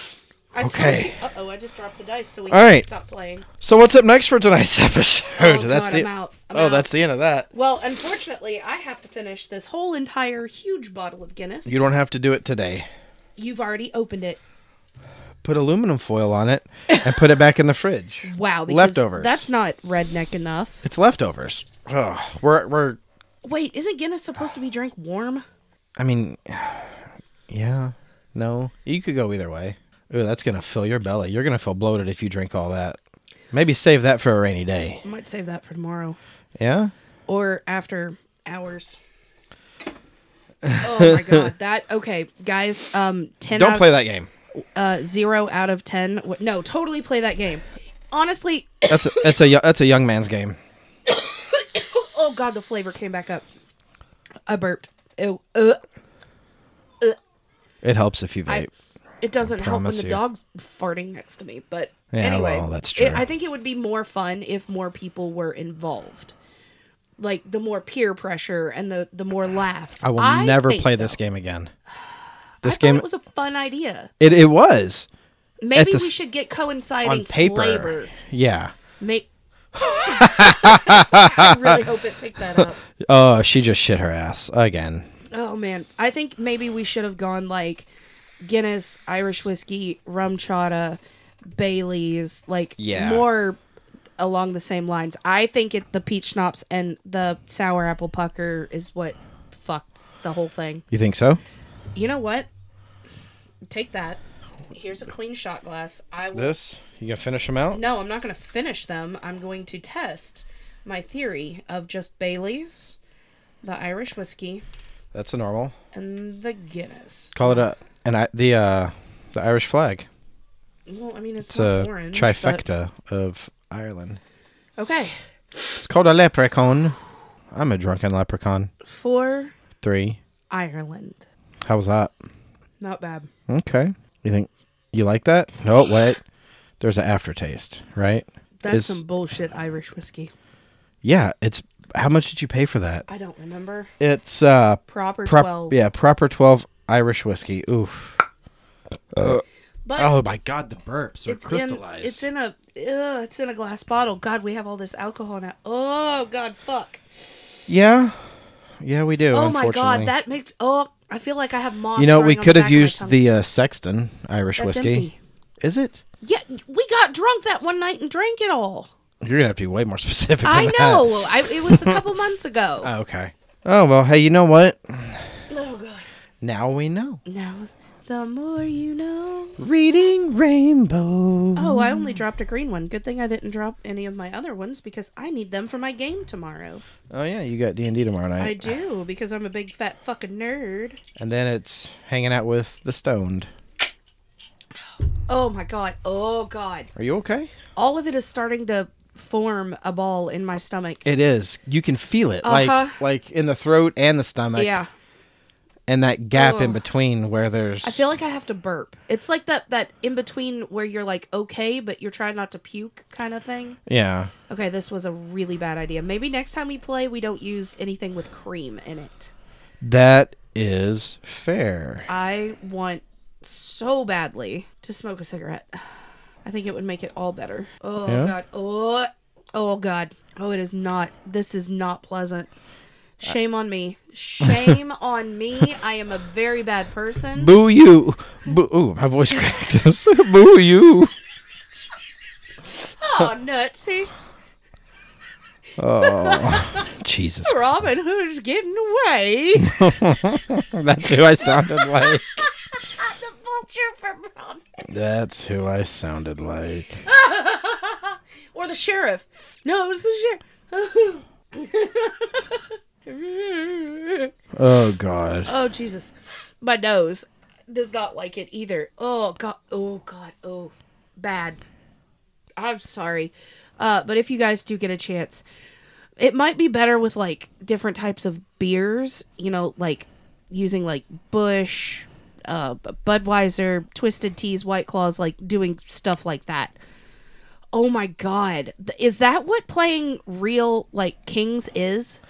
[SPEAKER 3] Okay.
[SPEAKER 1] Uh oh, I just dropped the dice, so we
[SPEAKER 3] All
[SPEAKER 1] have to
[SPEAKER 3] right.
[SPEAKER 1] stop playing.
[SPEAKER 3] So what's up next for tonight's episode?
[SPEAKER 1] Oh,
[SPEAKER 3] that's
[SPEAKER 1] God,
[SPEAKER 3] the
[SPEAKER 1] I'm out. I'm
[SPEAKER 3] Oh,
[SPEAKER 1] out.
[SPEAKER 3] that's the end of that.
[SPEAKER 1] Well, unfortunately, I have to finish this whole entire huge bottle of Guinness.
[SPEAKER 3] You don't have to do it today.
[SPEAKER 1] You've already opened it.
[SPEAKER 3] Put aluminum foil on it and put it back in the fridge.
[SPEAKER 1] Wow, because
[SPEAKER 3] leftovers.
[SPEAKER 1] That's not redneck enough.
[SPEAKER 3] it's leftovers. Ugh. We're we're
[SPEAKER 1] Wait, isn't Guinness supposed to be drank warm?
[SPEAKER 3] I mean, yeah, no, you could go either way. Ooh, that's gonna fill your belly. You're gonna feel bloated if you drink all that. Maybe save that for a rainy day.
[SPEAKER 1] I might save that for tomorrow
[SPEAKER 3] Yeah.
[SPEAKER 1] or after hours. oh my god, that okay, guys. Um, ten.
[SPEAKER 3] Don't
[SPEAKER 1] out-
[SPEAKER 3] play that game.
[SPEAKER 1] uh, zero out of ten. W- No, totally play that game. Honestly,
[SPEAKER 3] That's a, that's a yo- that's a young man's game.
[SPEAKER 1] oh god, the flavor came back up. I burped. Ew. Ugh.
[SPEAKER 3] It helps if you vape.
[SPEAKER 1] It doesn't help when
[SPEAKER 3] promise
[SPEAKER 1] the
[SPEAKER 3] you.
[SPEAKER 1] dog's farting next to me, but
[SPEAKER 3] Yeah,
[SPEAKER 1] anyway,
[SPEAKER 3] well, that's
[SPEAKER 1] it-
[SPEAKER 3] true.
[SPEAKER 1] I think it would be more fun if more people were involved. Like the more peer pressure and the the more laughs.
[SPEAKER 3] I will never
[SPEAKER 1] think
[SPEAKER 3] play
[SPEAKER 1] so.
[SPEAKER 3] this game again.
[SPEAKER 1] I
[SPEAKER 3] This
[SPEAKER 1] thought
[SPEAKER 3] game
[SPEAKER 1] it was a fun idea.
[SPEAKER 3] it, it was
[SPEAKER 1] Maybe
[SPEAKER 3] the
[SPEAKER 1] we
[SPEAKER 3] s-
[SPEAKER 1] should get coinciding
[SPEAKER 3] on paper.
[SPEAKER 1] flavor.
[SPEAKER 3] Yeah.
[SPEAKER 1] May- I really hope it picked that up.
[SPEAKER 3] Oh, she just shit her ass again.
[SPEAKER 1] Oh man, I think maybe we should have gone like Guinness, Irish whiskey, rum chata, Bailey's, like
[SPEAKER 3] Yeah.
[SPEAKER 1] more along the same lines. I think it the peach schnapps and the sour apple pucker is what fucked the whole thing.
[SPEAKER 3] You think so?
[SPEAKER 1] You know what? Take that. Here's a clean shot glass. I will
[SPEAKER 3] This you gonna finish them out?
[SPEAKER 1] No, I'm not going to finish them. I'm going to test my theory of just Bailey's, the Irish whiskey,
[SPEAKER 3] That's a normal.
[SPEAKER 1] and the Guinness.
[SPEAKER 3] Call it a and I the uh the Irish flag.
[SPEAKER 1] Well, I mean, it's,
[SPEAKER 3] It's
[SPEAKER 1] not
[SPEAKER 3] a
[SPEAKER 1] orange. but-
[SPEAKER 3] trifecta of Ireland.
[SPEAKER 1] Okay.
[SPEAKER 3] It's called a leprechaun. I'm a drunken leprechaun.
[SPEAKER 1] For
[SPEAKER 3] Three.
[SPEAKER 1] Ireland.
[SPEAKER 3] How was that?
[SPEAKER 1] Not bad.
[SPEAKER 3] Okay. You think you like that? No, wait. There's an aftertaste, right?
[SPEAKER 1] That's
[SPEAKER 3] Is-
[SPEAKER 1] some bullshit Irish whiskey.
[SPEAKER 3] Yeah. It's how much did you pay for that?
[SPEAKER 1] I don't remember.
[SPEAKER 3] It's uh
[SPEAKER 1] Proper
[SPEAKER 3] prop,
[SPEAKER 1] 12.
[SPEAKER 3] yeah proper twelve Irish whiskey. Oof.
[SPEAKER 1] But
[SPEAKER 3] Oh my god, the burps are
[SPEAKER 1] it's in,
[SPEAKER 3] crystallized.
[SPEAKER 1] it's in a ugh, it's in a glass bottle. God, we have all this alcohol now. Oh god, fuck.
[SPEAKER 3] yeah, yeah, we do.
[SPEAKER 1] Oh my
[SPEAKER 3] unfortunately.
[SPEAKER 1] god, that makes oh I feel like I have moss.
[SPEAKER 3] you know we
[SPEAKER 1] growing on
[SPEAKER 3] could
[SPEAKER 1] the back
[SPEAKER 3] have
[SPEAKER 1] of my
[SPEAKER 3] used
[SPEAKER 1] tongue.
[SPEAKER 3] the uh, Sexton Irish
[SPEAKER 1] That's
[SPEAKER 3] whiskey.
[SPEAKER 1] empty.
[SPEAKER 3] Is it?
[SPEAKER 1] Yeah, we got drunk that one night and drank it all.
[SPEAKER 3] You're gonna have to be way more specific.
[SPEAKER 1] I
[SPEAKER 3] than that.
[SPEAKER 1] know. I, it was a couple months ago.
[SPEAKER 3] Oh, okay. Oh well. Hey, you know what?
[SPEAKER 1] oh god.
[SPEAKER 3] Now we know.
[SPEAKER 1] Now the more you know.
[SPEAKER 3] Reading Rainbow.
[SPEAKER 1] Oh, I only dropped a green one. Good thing I didn't drop any of my other ones because I need them for my game tomorrow.
[SPEAKER 3] Oh yeah, you got D and D tomorrow night.
[SPEAKER 1] I do because I'm a big fat fucking nerd.
[SPEAKER 3] And then it's hanging out with the stoned.
[SPEAKER 1] Oh my god. Oh god.
[SPEAKER 3] Are you okay?
[SPEAKER 1] All of it is starting to form a ball in my stomach.
[SPEAKER 3] It is. You can feel it,
[SPEAKER 1] Uh-huh.
[SPEAKER 3] like like in the throat and the stomach.
[SPEAKER 1] yeah.
[SPEAKER 3] And that gap in
[SPEAKER 1] Ugh.
[SPEAKER 3] between where there's.
[SPEAKER 1] I feel like I have to burp. It's like that that in between where you're like okay, but you're trying not to puke kind of thing.
[SPEAKER 3] Yeah.
[SPEAKER 1] Okay, this was a really bad idea. Maybe next time we play, we don't use anything with cream in it.
[SPEAKER 3] That is fair.
[SPEAKER 1] I want so badly to smoke a cigarette. I think it would make it all better. Oh
[SPEAKER 3] Yeah?
[SPEAKER 1] god. Oh, oh god. Oh, it is not. This is not pleasant. Shame on me. Shame on me. I am a very bad person.
[SPEAKER 3] Boo you. Boo. Ooh, my voice cracked. I'm so- Boo you.
[SPEAKER 1] Oh, nutsy.
[SPEAKER 3] Jesus.
[SPEAKER 1] Robin Hood's getting away.
[SPEAKER 3] That's who I sounded like.
[SPEAKER 5] the vulture from Robin.
[SPEAKER 3] That's who I sounded like.
[SPEAKER 1] or the sheriff. No, it was the sheriff.
[SPEAKER 3] Oh, God.
[SPEAKER 1] oh Jesus, my nose does not like it either. Oh God, oh God, oh bad. I'm sorry, uh, but if you guys do get a chance, it might be better with like different types of beers. You know, like using like Bush, uh, Budweiser, Twisted Teas, White Claws, like doing stuff like that. Oh my God, Th- is that what playing real like Kings is?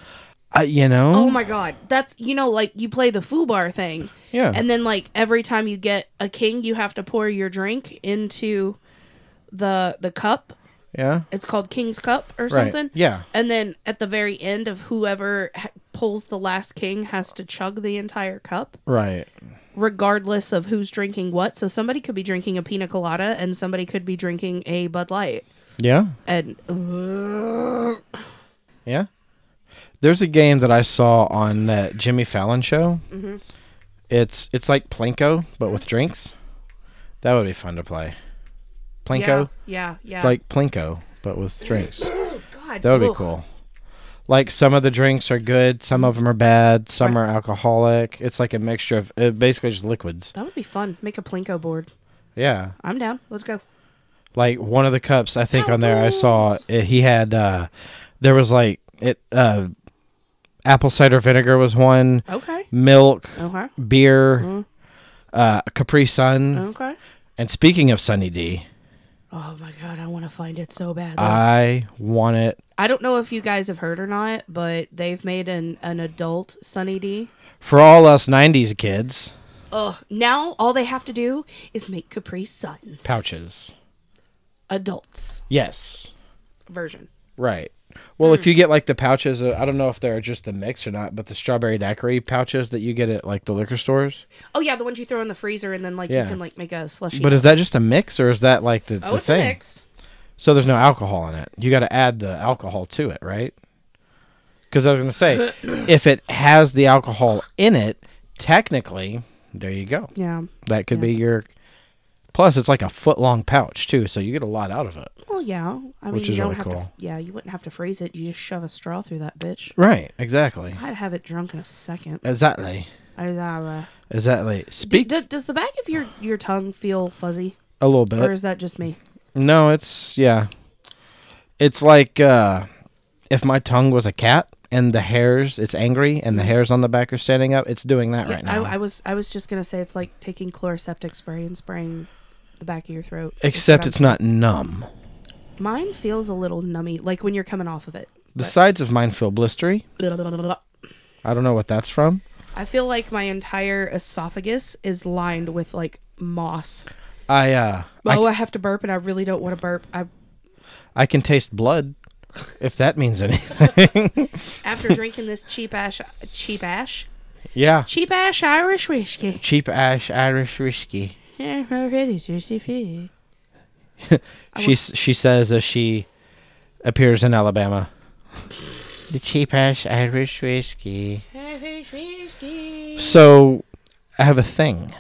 [SPEAKER 3] Uh, you know?
[SPEAKER 1] Oh my god, that's you know like you play the foobar thing.
[SPEAKER 3] Yeah.
[SPEAKER 1] And then like every time you get a king, you have to pour your drink into the the cup.
[SPEAKER 3] yeah.
[SPEAKER 1] It's called King's Cup or
[SPEAKER 3] Right.
[SPEAKER 1] something.
[SPEAKER 3] Yeah.
[SPEAKER 1] And then at the very end of whoever ha- pulls the last king has to chug the entire cup,
[SPEAKER 3] Right.
[SPEAKER 1] regardless of who's drinking what. So somebody could be drinking a pina colada and somebody could be drinking a Bud Light.
[SPEAKER 3] Yeah.
[SPEAKER 1] And
[SPEAKER 3] Yeah. There's a game that I saw on that Jimmy Fallon show.
[SPEAKER 1] Mm-hmm.
[SPEAKER 3] It's it's like Plinko but with drinks. That would be fun to play. Plinko.
[SPEAKER 1] yeah, yeah, yeah.
[SPEAKER 3] It's like Plinko but with drinks.
[SPEAKER 1] God,
[SPEAKER 3] That would be
[SPEAKER 1] ugh.
[SPEAKER 3] cool. Like some of the drinks are good, some of them are bad, some are alcoholic. It's like a mixture of uh, basically just liquids.
[SPEAKER 1] That would be fun. Make a plinko board.
[SPEAKER 3] Yeah.
[SPEAKER 1] I'm down. Let's go.
[SPEAKER 3] like one of the cups i think on there i saw it, he had uh there was like it uh apple cider vinegar was one
[SPEAKER 1] Okay.
[SPEAKER 3] milk
[SPEAKER 1] Okay.
[SPEAKER 3] beer
[SPEAKER 1] Mm-hmm.
[SPEAKER 3] uh capri sun
[SPEAKER 1] Okay.
[SPEAKER 3] and speaking of sunny d
[SPEAKER 1] Oh my god, I want to find it so bad.
[SPEAKER 3] I want it
[SPEAKER 1] I don't know if you guys have heard or not, but they've made an an adult Sunny D.
[SPEAKER 3] for all us 90s kids
[SPEAKER 1] Ugh. Now all they have to do is make Capri Suns.
[SPEAKER 3] pouches
[SPEAKER 1] Adults
[SPEAKER 3] yes
[SPEAKER 1] version.
[SPEAKER 3] right well
[SPEAKER 1] Hmm.
[SPEAKER 3] if you get like the pouches uh, i don't know if they're just the mix or not but the strawberry daiquiri pouches that you get at like the liquor stores
[SPEAKER 1] Oh yeah, the ones you throw in the freezer and then like
[SPEAKER 3] Yeah.
[SPEAKER 1] you can like make a slushy.
[SPEAKER 3] but is that just a mix or is that like the,
[SPEAKER 1] oh,
[SPEAKER 3] the
[SPEAKER 1] it's
[SPEAKER 3] thing
[SPEAKER 1] a mix.
[SPEAKER 3] So there's no alcohol in it. You got to add the alcohol to it, right? Because I was going to say, if it has the alcohol in it, technically, there you go.
[SPEAKER 1] Yeah.
[SPEAKER 3] That could
[SPEAKER 1] Yeah.
[SPEAKER 3] be your. Plus, it's like a foot long pouch too, so you get a lot out of it.
[SPEAKER 1] Well, yeah. I mean,
[SPEAKER 3] Which
[SPEAKER 1] you
[SPEAKER 3] is
[SPEAKER 1] don't
[SPEAKER 3] really
[SPEAKER 1] have to.
[SPEAKER 3] cool.
[SPEAKER 1] Yeah, you wouldn't have to freeze it. You just shove a straw through that bitch.
[SPEAKER 3] Right. Exactly.
[SPEAKER 1] I'd have it drunk in a second.
[SPEAKER 3] Exactly.
[SPEAKER 1] I, uh,
[SPEAKER 3] Exactly.
[SPEAKER 1] d-
[SPEAKER 3] Speak.
[SPEAKER 1] d- does the back of your your tongue feel fuzzy?
[SPEAKER 3] a little
[SPEAKER 1] or
[SPEAKER 3] bit.
[SPEAKER 1] is that just me?
[SPEAKER 3] No, it's yeah. It's like uh, if my tongue was a cat and the hairs, it's angry, and the hairs on the back are standing up. It's doing that right now.
[SPEAKER 1] Mm-hmm. I, I was I was just gonna say it's like taking chloroseptic spray and spraying the back of your throat. is what
[SPEAKER 3] Except
[SPEAKER 1] I'm-
[SPEAKER 3] it's not numb.
[SPEAKER 1] Mine feels a little nummy, like when you're coming off of it.
[SPEAKER 3] The sides of mine feel blistery. I don't know what that's from.
[SPEAKER 1] I feel like my entire esophagus is lined with like moss.
[SPEAKER 3] I uh,
[SPEAKER 1] Oh,
[SPEAKER 3] I,
[SPEAKER 1] I have to burp, and I really don't want to burp. I
[SPEAKER 3] I can taste blood, if that means anything.
[SPEAKER 1] after drinking this cheap ash, cheap ash,
[SPEAKER 3] yeah,
[SPEAKER 1] cheap ash Irish whiskey.
[SPEAKER 3] cheap ash Irish whiskey.
[SPEAKER 1] Yeah, already thirsty for you.
[SPEAKER 3] She s- she says as she appears in Alabama. the cheap ash Irish whiskey.
[SPEAKER 1] Irish whiskey.
[SPEAKER 3] So I have a thing.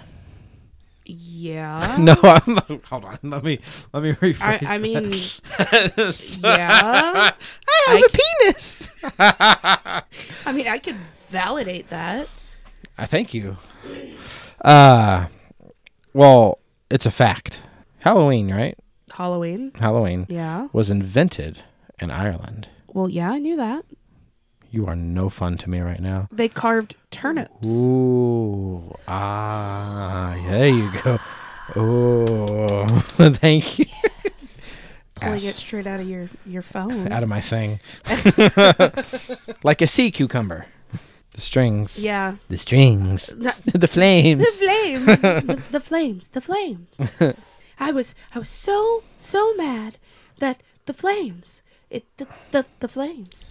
[SPEAKER 1] Yeah.
[SPEAKER 3] No, I'm, hold on. Let me let me rephrase.
[SPEAKER 1] I, I mean,
[SPEAKER 3] that.
[SPEAKER 1] yeah.
[SPEAKER 3] I have
[SPEAKER 1] I
[SPEAKER 3] a penis.
[SPEAKER 1] I mean, I could validate that.
[SPEAKER 3] I thank you. Uh, well, it's a fact. Halloween, right?
[SPEAKER 1] Halloween.
[SPEAKER 3] Halloween
[SPEAKER 1] Yeah.
[SPEAKER 3] was invented in Ireland.
[SPEAKER 1] Well, yeah, I knew that.
[SPEAKER 3] You are no fun to me right now.
[SPEAKER 1] They carved turnips.
[SPEAKER 3] Ooh, ah, there you go. Oh, thank you.
[SPEAKER 1] Pulling
[SPEAKER 3] Ass.
[SPEAKER 1] it straight out of your your phone.
[SPEAKER 3] Out of my thing, like a sea cucumber. The strings.
[SPEAKER 1] Yeah.
[SPEAKER 3] The strings.
[SPEAKER 1] No.
[SPEAKER 3] the flames.
[SPEAKER 1] The flames. the, the flames. The flames. I was I was so so mad that the flames. It the the, the flames.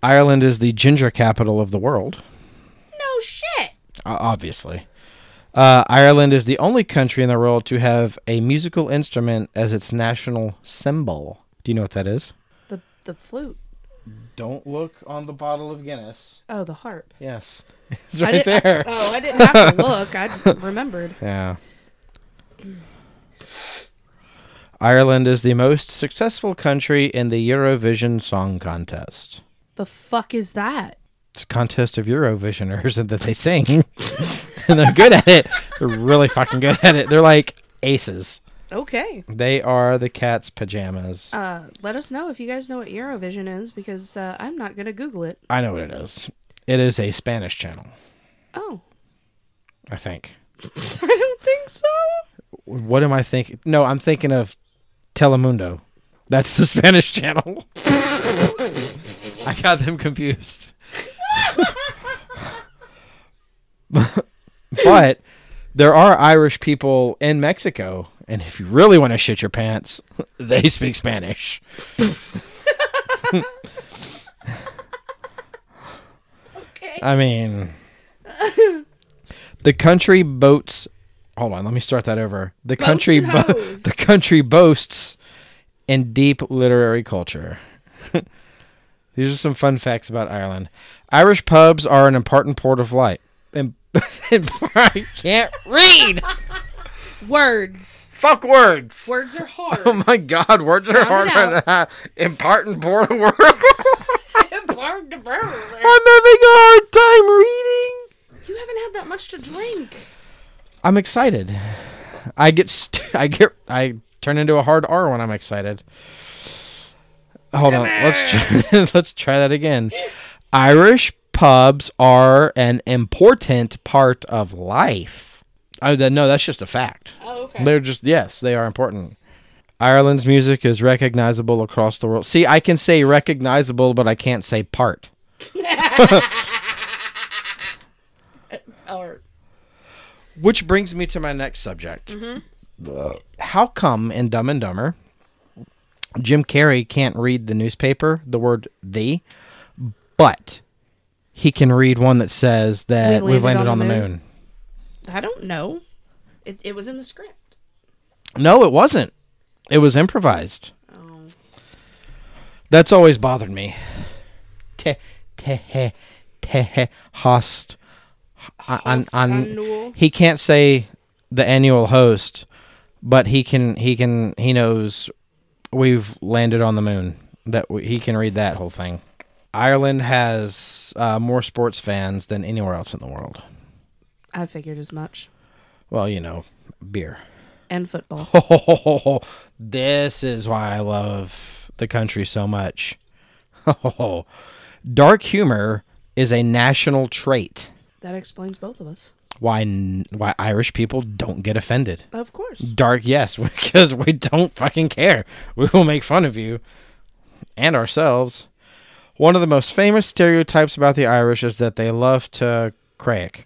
[SPEAKER 3] Ireland is the ginger capital of the world.
[SPEAKER 1] No shit.
[SPEAKER 3] O- obviously. Uh, Ireland is the only country in the world to have a musical instrument as its national symbol. Do you know what that is?
[SPEAKER 1] The the flute.
[SPEAKER 3] Don't look on the bottle of Guinness.
[SPEAKER 1] Oh, the harp.
[SPEAKER 3] Yes. It's
[SPEAKER 1] I
[SPEAKER 3] right
[SPEAKER 1] didn't-
[SPEAKER 3] there.
[SPEAKER 1] Oh, I didn't have to look. I remembered.
[SPEAKER 3] yeah. Ireland is the most successful country in the Eurovision Song Contest.
[SPEAKER 1] The fuck is that?
[SPEAKER 3] It's a contest of Eurovisioners and that they sing. and they're good at it. They're really fucking good at it. They're like aces.
[SPEAKER 1] Okay.
[SPEAKER 3] They are the cat's pajamas.
[SPEAKER 1] Uh, let us know if you guys know what Eurovision is because uh, I'm not gonna Google it.
[SPEAKER 3] I know what it is. It is a Spanish channel,
[SPEAKER 1] Oh,
[SPEAKER 3] I think.
[SPEAKER 1] I don't think so.
[SPEAKER 3] What am I thinking? No, I'm thinking of Telemundo. That's the Spanish channel. I got them confused. but there are Irish people in Mexico, and if you really want to shit your pants, they speak Spanish. I mean, the country boats. Hold on, let me start that over. The country,
[SPEAKER 1] and
[SPEAKER 3] bo-
[SPEAKER 1] hoes.
[SPEAKER 3] the country boasts in deep literary culture. These are some fun facts about Ireland. Irish pubs are an important port of light. And, I can't read.
[SPEAKER 1] Words.
[SPEAKER 3] Fuck words.
[SPEAKER 1] Words are hard.
[SPEAKER 3] Oh my god, words are
[SPEAKER 1] Sound it
[SPEAKER 3] harder than
[SPEAKER 1] out.
[SPEAKER 3] I important port of world. I'm having a hard time reading.
[SPEAKER 1] You haven't had that much to drink.
[SPEAKER 3] I'm excited. I get st- I get I turn into a hard R when I'm excited. Hold on. Let's try, let's try that again. Irish pubs are an important part of life. Oh, that, no, that's just a fact.
[SPEAKER 1] Oh, okay.
[SPEAKER 3] They're just yes, they are important. Ireland's music is recognizable across the world. See, I can say recognizable, but I can't say part.
[SPEAKER 1] Or
[SPEAKER 3] Which brings me to my next subject. Ugh. How come in Dumb and Dumber, Jim Carrey can't read the newspaper, the word the, but he can read one that says that
[SPEAKER 1] We've
[SPEAKER 3] we've landed, on, the moon.
[SPEAKER 1] I don't know. It, it was in the script.
[SPEAKER 3] No, it wasn't. It was improvised. That's always bothered me. Te te he te he host. I- an-
[SPEAKER 1] Host
[SPEAKER 3] an-
[SPEAKER 1] annual.
[SPEAKER 3] he can't say the annual host, but he can. He can. He knows we've landed on the moon. That w- he can read that whole thing. Ireland has uh, more sports fans than anywhere else in the world.
[SPEAKER 1] I figured as much.
[SPEAKER 3] Well, you know, beer.
[SPEAKER 1] and football.
[SPEAKER 3] This is why I love the country so much. Dark humor is a national trait.
[SPEAKER 1] That explains both of us.
[SPEAKER 3] Why n- why Irish people don't get offended.
[SPEAKER 1] Of course.
[SPEAKER 3] Dark, yes, because we don't fucking care. We will make fun of you and ourselves. One of the most famous stereotypes about the Irish is that they love to crack.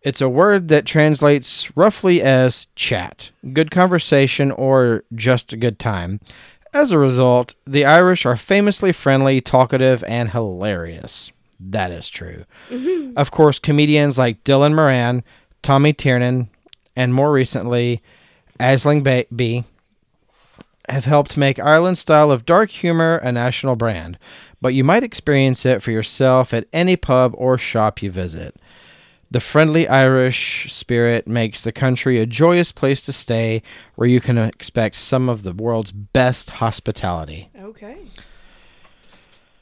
[SPEAKER 3] It's a word that translates roughly as chat, good conversation, or just a good time. As a result, the Irish are famously friendly, talkative, and hilarious. That is true. Of course, comedians like Dylan Moran, Tommy Tiernan, and more recently, Asling Ba- B have helped make Ireland's style of dark humor a national brand, but you might experience it for yourself at any pub or shop you visit. The friendly Irish spirit makes the country a joyous place to stay where you can expect some of the world's best hospitality.
[SPEAKER 1] Okay.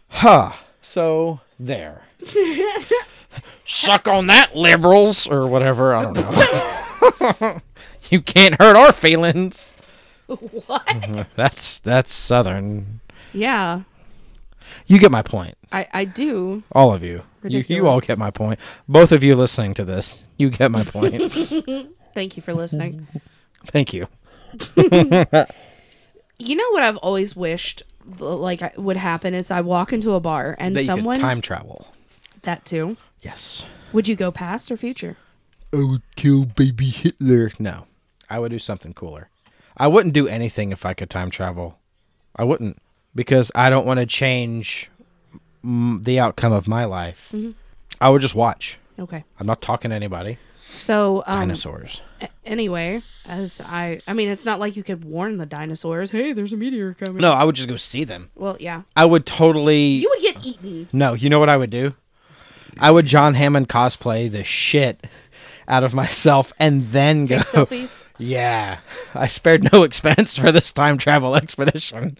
[SPEAKER 3] Huh. So, there. Suck on that, liberals, or whatever. I don't know. you can't hurt our feelings. What? That's that's southern.
[SPEAKER 1] Yeah,
[SPEAKER 3] You get my point.
[SPEAKER 1] I I do.
[SPEAKER 3] All of you. You, you all
[SPEAKER 1] Ridiculous.
[SPEAKER 3] get my point. Both of you listening to this, you get my point.
[SPEAKER 1] Thank you for listening.
[SPEAKER 3] Thank you.
[SPEAKER 1] You know what I've always wished like I- would happen is I walk into a bar and
[SPEAKER 3] That you could
[SPEAKER 1] someone
[SPEAKER 3] time travel.
[SPEAKER 1] that too.
[SPEAKER 3] Yes.
[SPEAKER 1] Would you go past or future?
[SPEAKER 3] I would kill baby Hitler. No. I would do something cooler. I wouldn't do anything if I could time travel. I wouldn't because I don't want to change mm, the outcome of my life.
[SPEAKER 1] Mm-hmm.
[SPEAKER 3] I would just watch.
[SPEAKER 1] Okay.
[SPEAKER 3] I'm not talking to anybody.
[SPEAKER 1] So um,
[SPEAKER 3] Dinosaurs.
[SPEAKER 1] a- anyway, as I I mean, it's not like you could warn the dinosaurs. Hey, there's a meteor coming.
[SPEAKER 3] No, I would just go see them.
[SPEAKER 1] Well, yeah.
[SPEAKER 3] I would totally
[SPEAKER 1] You would get eaten.
[SPEAKER 3] No, you know what I would do? I would John Hammond cosplay the shit out of myself and then
[SPEAKER 1] Take
[SPEAKER 3] go.
[SPEAKER 1] selfies.
[SPEAKER 3] Yeah, I spared no expense for this time travel expedition.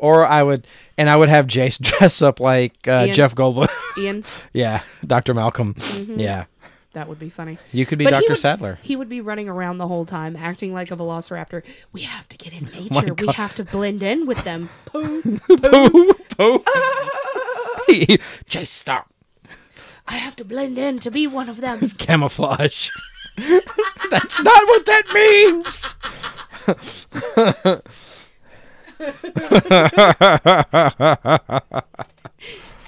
[SPEAKER 3] Or I would, and I would have Jace dress up like uh,
[SPEAKER 1] Ian.
[SPEAKER 3] Jeff Goldblum.
[SPEAKER 1] Ian,
[SPEAKER 3] yeah, Dr. Malcolm. Yeah,
[SPEAKER 1] that would be funny.
[SPEAKER 3] you could be
[SPEAKER 1] Mm-hmm. he
[SPEAKER 3] Dr.
[SPEAKER 1] would-
[SPEAKER 3] Sadler.
[SPEAKER 1] He would be running around the whole time, acting like a velociraptor. We have to get in
[SPEAKER 3] Oh my
[SPEAKER 1] nature. we
[SPEAKER 3] God.
[SPEAKER 1] have to blend in with them. Pooh, Ah!
[SPEAKER 3] Jace, stop
[SPEAKER 1] I have to blend in to be one of them.
[SPEAKER 3] camouflage. That's not what that means.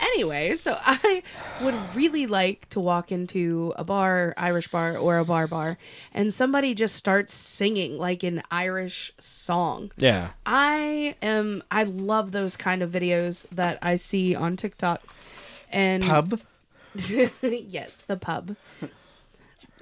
[SPEAKER 1] anyway, so I would really like to walk into a bar, Irish bar, or a bar bar, and somebody just starts singing like an Irish song.
[SPEAKER 3] Yeah,
[SPEAKER 1] I am. I love those kind of videos that I see on TikTok. And
[SPEAKER 3] pub.
[SPEAKER 1] yes, the pub.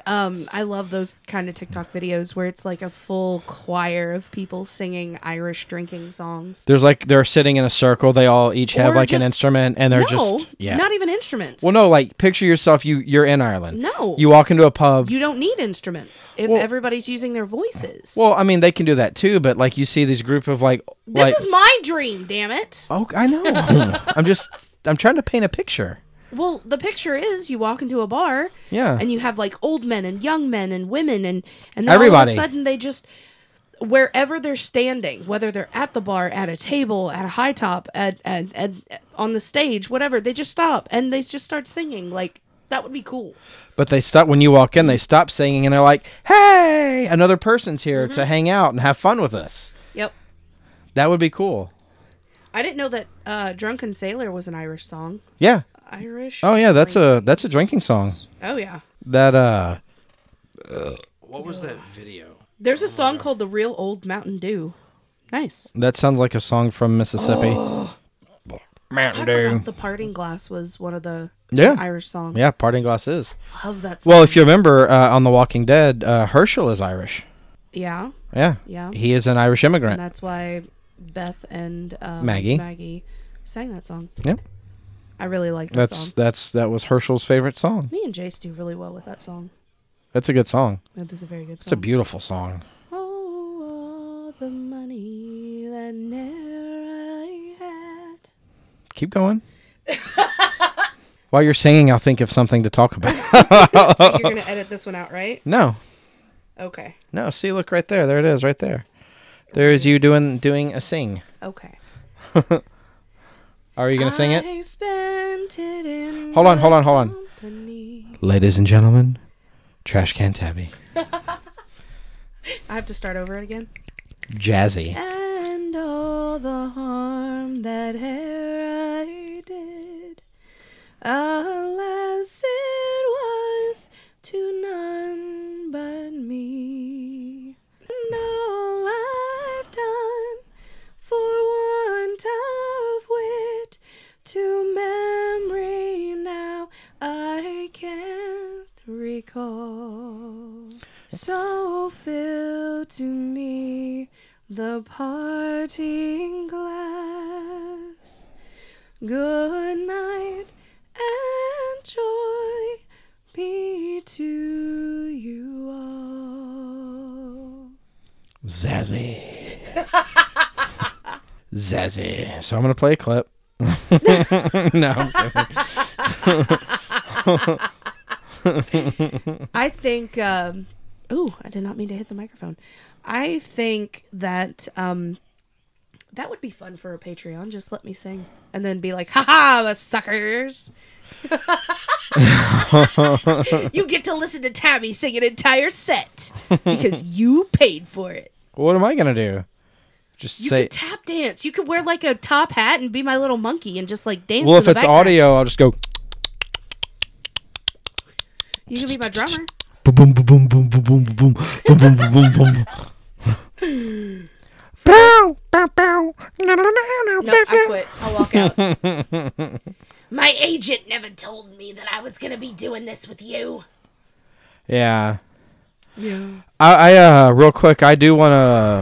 [SPEAKER 1] Um, I love those kind of TikTok videos where it's like a full choir of people singing Irish drinking songs.
[SPEAKER 3] There's like they're sitting in a circle. They all each have
[SPEAKER 1] Or
[SPEAKER 3] like
[SPEAKER 1] just-
[SPEAKER 3] an instrument, and they're
[SPEAKER 1] no,
[SPEAKER 3] just yeah.
[SPEAKER 1] not e- even instruments.
[SPEAKER 3] well, no, like picture yourself. You you're in Ireland.
[SPEAKER 1] No.
[SPEAKER 3] you walk into a pub.
[SPEAKER 1] you don't need instruments if everybody's using their voices.
[SPEAKER 3] well, I mean they can do that too, but like you see these group of like
[SPEAKER 1] this
[SPEAKER 3] like
[SPEAKER 1] is my dream, damn it.
[SPEAKER 3] oh I know. I'm just I'm trying to paint a picture.
[SPEAKER 1] Well, the picture is you walk into a bar,
[SPEAKER 3] Yeah.
[SPEAKER 1] and you have like old men and young men and women and and then all
[SPEAKER 3] Everybody.
[SPEAKER 1] of a sudden they just wherever they're standing, whether they're at the bar, at a table, at a high top, at, at, at on the stage, whatever, they just stop and they just start singing. Like that would be cool.
[SPEAKER 3] But they stop when you walk in. They stop singing and they're like, "Hey, another person's here
[SPEAKER 1] Mm-hmm.
[SPEAKER 3] to hang out and have fun with us."
[SPEAKER 1] Yep.
[SPEAKER 3] That would be cool.
[SPEAKER 1] I didn't know that uh, "Drunken Sailor" was an Irish song.
[SPEAKER 3] Yeah.
[SPEAKER 1] Irish.
[SPEAKER 3] Oh yeah, that's a that's a drinking song.
[SPEAKER 1] Oh yeah.
[SPEAKER 3] That uh Oh,
[SPEAKER 1] There's a song called "The Real Old Mountain Dew." Nice.
[SPEAKER 3] that sounds like a song from Mississippi.
[SPEAKER 1] I forgot the parting glass was one of the
[SPEAKER 3] Yeah.
[SPEAKER 1] Irish songs.
[SPEAKER 3] Yeah, parting glass is.
[SPEAKER 1] Love that song.
[SPEAKER 3] Well, if you remember uh, on The Walking Dead, uh, Herschel is Irish.
[SPEAKER 1] yeah,
[SPEAKER 3] Yeah.
[SPEAKER 1] Yeah.
[SPEAKER 3] He is an Irish immigrant.
[SPEAKER 1] and that's why Beth and um,
[SPEAKER 3] Maggie.
[SPEAKER 1] Maggie sang that song.
[SPEAKER 3] yeah.
[SPEAKER 1] I really like that
[SPEAKER 3] That's
[SPEAKER 1] song.
[SPEAKER 3] that's that was Herschel's favorite song.
[SPEAKER 1] Me and Jace do really well with that song.
[SPEAKER 3] That's a good song.
[SPEAKER 1] That is a very good song.
[SPEAKER 3] It's a beautiful song.
[SPEAKER 1] Oh, all the money that ne'er I had.
[SPEAKER 3] Keep going. While you're singing, I'll think of something to talk about.
[SPEAKER 1] You're gonna edit this one out, right?
[SPEAKER 3] no.
[SPEAKER 1] Okay.
[SPEAKER 3] No, see, look right there. There it is, right there. There is you doing doing a sing.
[SPEAKER 1] Okay.
[SPEAKER 3] Are you gonna sing it?
[SPEAKER 1] I spent it in
[SPEAKER 3] Hold on, hold on, hold on.
[SPEAKER 1] on.
[SPEAKER 3] Ladies and gentlemen, Trash Can Tabby,
[SPEAKER 1] I have to start over it again.
[SPEAKER 3] Jazzy.
[SPEAKER 1] And all the harm that e'er I did, alas, it was to none but me. And all I've done for want of wit, to memory now I can't recall. So fill to me the parting glass. Good night and joy be to you all.
[SPEAKER 3] Zazzy. Zazzy. So I'm gonna play a clip. no, I'm kidding.
[SPEAKER 1] I think. Um, ooh, I did not mean to hit the microphone. I think that um, that would be fun for a Patreon. Just let me sing, and then be like, "Ha ha, the suckers! you get to listen to Tabby sing an entire set because you paid for it.
[SPEAKER 3] what am I gonna do? Just
[SPEAKER 1] You
[SPEAKER 3] say.
[SPEAKER 1] can tap dance. You could wear like a top hat and be my little monkey and just like dance.
[SPEAKER 3] well,
[SPEAKER 1] in
[SPEAKER 3] if
[SPEAKER 1] the
[SPEAKER 3] it's
[SPEAKER 1] background.
[SPEAKER 3] audio, I'll just go.
[SPEAKER 1] you can be my drummer.
[SPEAKER 3] Boom, boom, boom, boom, boom, boom, boom, boom, boom, boom, boom, boom, boom.
[SPEAKER 1] No, I quit. I'll walk out.
[SPEAKER 5] My agent never told me that I was gonna be doing this with you.
[SPEAKER 3] Yeah. I, I uh real quick, I do want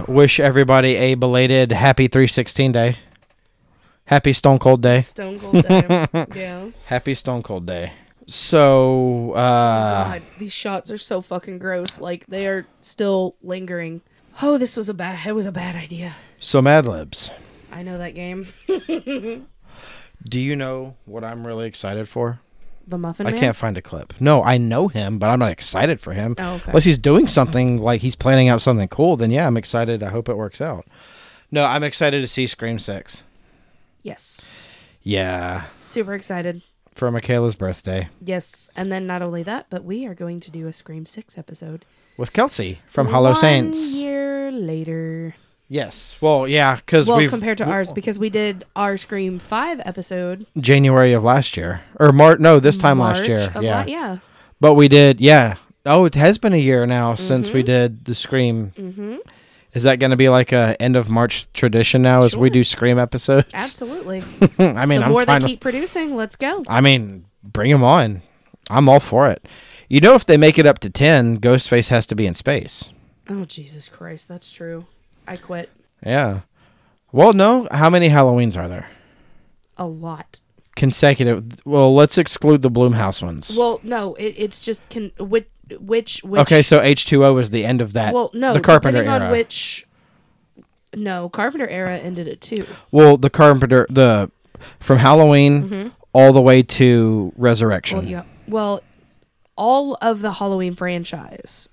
[SPEAKER 3] to wish everybody a belated happy 316 day. Happy Stone Cold Day.
[SPEAKER 1] Stone Cold Diamond. yeah.
[SPEAKER 3] Happy Stone Cold Day. So,
[SPEAKER 5] Ah.
[SPEAKER 3] uh
[SPEAKER 1] God, these shots are so fucking gross. Like they are still lingering. Oh, this was a bad. It was a bad idea.
[SPEAKER 3] so Mad Libs.
[SPEAKER 1] I know that game.
[SPEAKER 3] Do you know what I'm really excited for?
[SPEAKER 1] The Muffin
[SPEAKER 3] I
[SPEAKER 1] Man.
[SPEAKER 3] can't find a clip. No, I know him, but I'm not excited for him.
[SPEAKER 1] Oh, okay.
[SPEAKER 3] Unless he's doing something like he's planning out something cool, then yeah, I'm excited. I hope it works out. No, I'm excited to see Scream 6.
[SPEAKER 1] Yes.
[SPEAKER 3] Yeah,
[SPEAKER 1] Super excited.
[SPEAKER 3] for Michaela's birthday
[SPEAKER 1] Yes, and then not only that, but we are going to do a Scream Six episode.
[SPEAKER 3] with Kelsey from Hollow
[SPEAKER 1] One
[SPEAKER 3] Saints.
[SPEAKER 1] year later.
[SPEAKER 3] Yes. Well, yeah, because
[SPEAKER 1] Well,
[SPEAKER 3] we
[SPEAKER 1] compared to ours, because we did our Scream Five episode
[SPEAKER 3] January of last year or March. No, this time last
[SPEAKER 1] March
[SPEAKER 3] year.
[SPEAKER 1] of
[SPEAKER 3] Yeah.
[SPEAKER 1] la- yeah.
[SPEAKER 3] But we did. Yeah. Oh, it has been a year now
[SPEAKER 1] Mm-hmm.
[SPEAKER 3] since we did the Scream. Mm-hmm. Is that going to be like a end of March tradition now? As we do Scream episodes.
[SPEAKER 1] Absolutely.
[SPEAKER 3] Hmm, I mean,
[SPEAKER 1] the
[SPEAKER 3] I'm
[SPEAKER 1] more they
[SPEAKER 3] fine.
[SPEAKER 1] keep
[SPEAKER 3] with,
[SPEAKER 1] producing, let's go.
[SPEAKER 3] I mean, bring them on. I'm all for it. You know, if they make it up to ten, Ghostface has to be in space.
[SPEAKER 1] Oh Jesus Christ, that's true. I quit
[SPEAKER 3] Yeah. Well, no. How many Halloweens are there?
[SPEAKER 1] a lot.
[SPEAKER 3] Consecutive. Well, let's exclude the Bloomhouse ones.
[SPEAKER 1] Well, no, it, it's just can which which which.
[SPEAKER 3] Okay, so H two O was the end of that.
[SPEAKER 1] well, no,
[SPEAKER 3] the Carpenter
[SPEAKER 1] depending
[SPEAKER 3] era.
[SPEAKER 1] on which. No, Carpenter era ended at two.
[SPEAKER 3] well, the Carpenter the from Halloween all the way to Resurrection.
[SPEAKER 1] Mm-hmm. Well, yeah. Well, all of the Halloween franchise.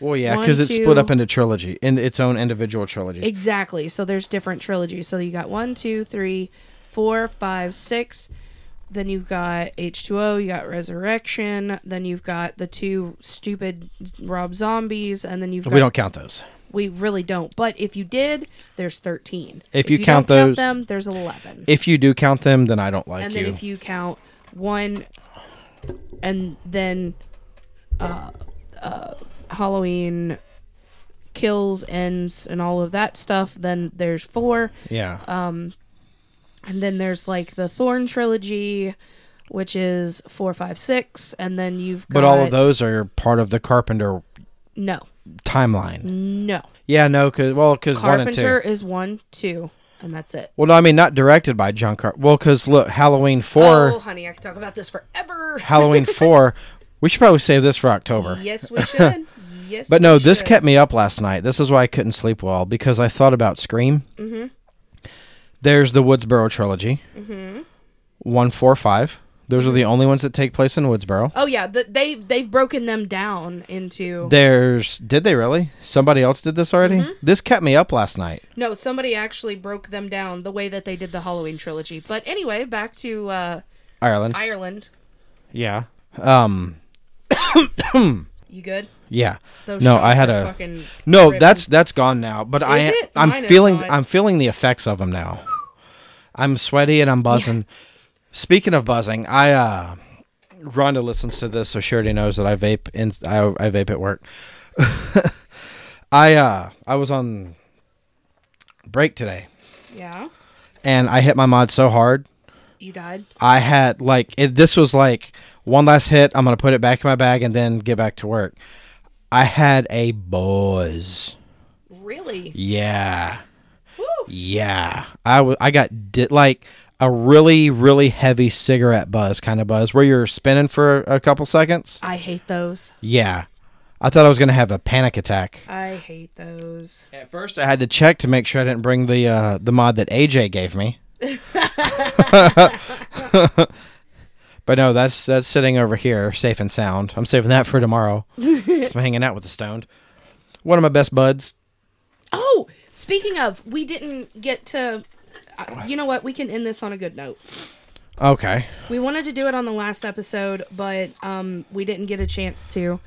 [SPEAKER 3] Well, yeah,
[SPEAKER 1] One,
[SPEAKER 3] because it's split
[SPEAKER 1] two-
[SPEAKER 3] up into trilogy in its own individual trilogy.
[SPEAKER 1] Exactly. So there's different trilogies. So you got one, two, three, four, five, six. Then you've got H2O, you got Resurrection, then you've got the two stupid Rob Zombies, and then you've got
[SPEAKER 3] we don't count those.
[SPEAKER 1] we really don't. But if you did, there's 13.
[SPEAKER 3] If you count
[SPEAKER 1] don't
[SPEAKER 3] those-
[SPEAKER 1] them, there's 11.
[SPEAKER 3] If you do count them, then I don't like
[SPEAKER 1] and
[SPEAKER 3] you.
[SPEAKER 1] then if you count one and then uh, uh, halloween kills ends and all of that stuff then there's four
[SPEAKER 3] yeah,
[SPEAKER 1] and then there's like the thorn trilogy which is four five six and then you've got
[SPEAKER 3] but all of those are part of the Carpenter
[SPEAKER 1] no
[SPEAKER 3] timeline.
[SPEAKER 1] no
[SPEAKER 3] Yeah, no, because well, because one and
[SPEAKER 1] carpenter
[SPEAKER 3] two.
[SPEAKER 1] is one two and that's it
[SPEAKER 3] Well, no, I mean not directed by John Carpenter. Well, because look, Halloween four,
[SPEAKER 1] oh honey i could talk about this forever
[SPEAKER 3] Halloween four. We should probably save this for October.
[SPEAKER 1] yes we should yes
[SPEAKER 3] But
[SPEAKER 1] we
[SPEAKER 3] no, this
[SPEAKER 1] should.
[SPEAKER 3] kept me up last night. This is why I couldn't sleep well because I thought about Scream. Mm-hmm. There's the Woodsboro trilogy. Mm-hmm. One, four, five. Those are the only ones that take place in Woodsboro.
[SPEAKER 1] Oh yeah, the, they they've broken them down into
[SPEAKER 3] There's did they really? Somebody else did this already?
[SPEAKER 1] Mm-hmm.
[SPEAKER 3] This kept me up last night.
[SPEAKER 1] No, somebody actually broke them down the way that they did the Halloween trilogy. But anyway, back to uh,
[SPEAKER 3] Ireland.
[SPEAKER 1] Ireland.
[SPEAKER 3] yeah. Um
[SPEAKER 1] You good?
[SPEAKER 3] yeah.
[SPEAKER 1] Those
[SPEAKER 3] no,
[SPEAKER 1] shots
[SPEAKER 3] I had
[SPEAKER 1] are
[SPEAKER 3] a
[SPEAKER 1] fucking
[SPEAKER 3] No,
[SPEAKER 1] ripped.
[SPEAKER 3] that's that's gone now. But I
[SPEAKER 1] Is it?
[SPEAKER 3] I'm
[SPEAKER 1] Mine is
[SPEAKER 3] feeling
[SPEAKER 1] not.
[SPEAKER 3] I'm feeling the effects of them now. I'm sweaty and I'm buzzing. Speaking of buzzing, I uh Rhonda listens to this, so she already knows that I vape in I, I vape at work. I uh I was on break today
[SPEAKER 1] yeah.
[SPEAKER 3] and I hit my mod so hard
[SPEAKER 1] You died.
[SPEAKER 3] I had like it, this was like one last hit. I'm gonna put it back in my bag and then get back to work. I had a buzz.
[SPEAKER 1] Really?
[SPEAKER 3] Yeah, yeah. I wa- I got di- like a really really heavy cigarette buzz kind of buzz where you're spinning for a couple seconds.
[SPEAKER 1] I hate those.
[SPEAKER 3] Yeah, I thought I was gonna have a panic attack.
[SPEAKER 1] I hate those.
[SPEAKER 3] At first, I had to check to make sure I didn't bring the uh, the mod that AJ gave me. but no, that's that's sitting over here, safe and sound. I'm saving that for tomorrow. 'cause I'm hanging out with the stoned. One of my best buds.
[SPEAKER 1] Oh, speaking of, we didn't get to. Uh, you know what? We can end this on a good note.
[SPEAKER 3] Okay.
[SPEAKER 1] We wanted to do it on the last episode, but um, we didn't get a chance to.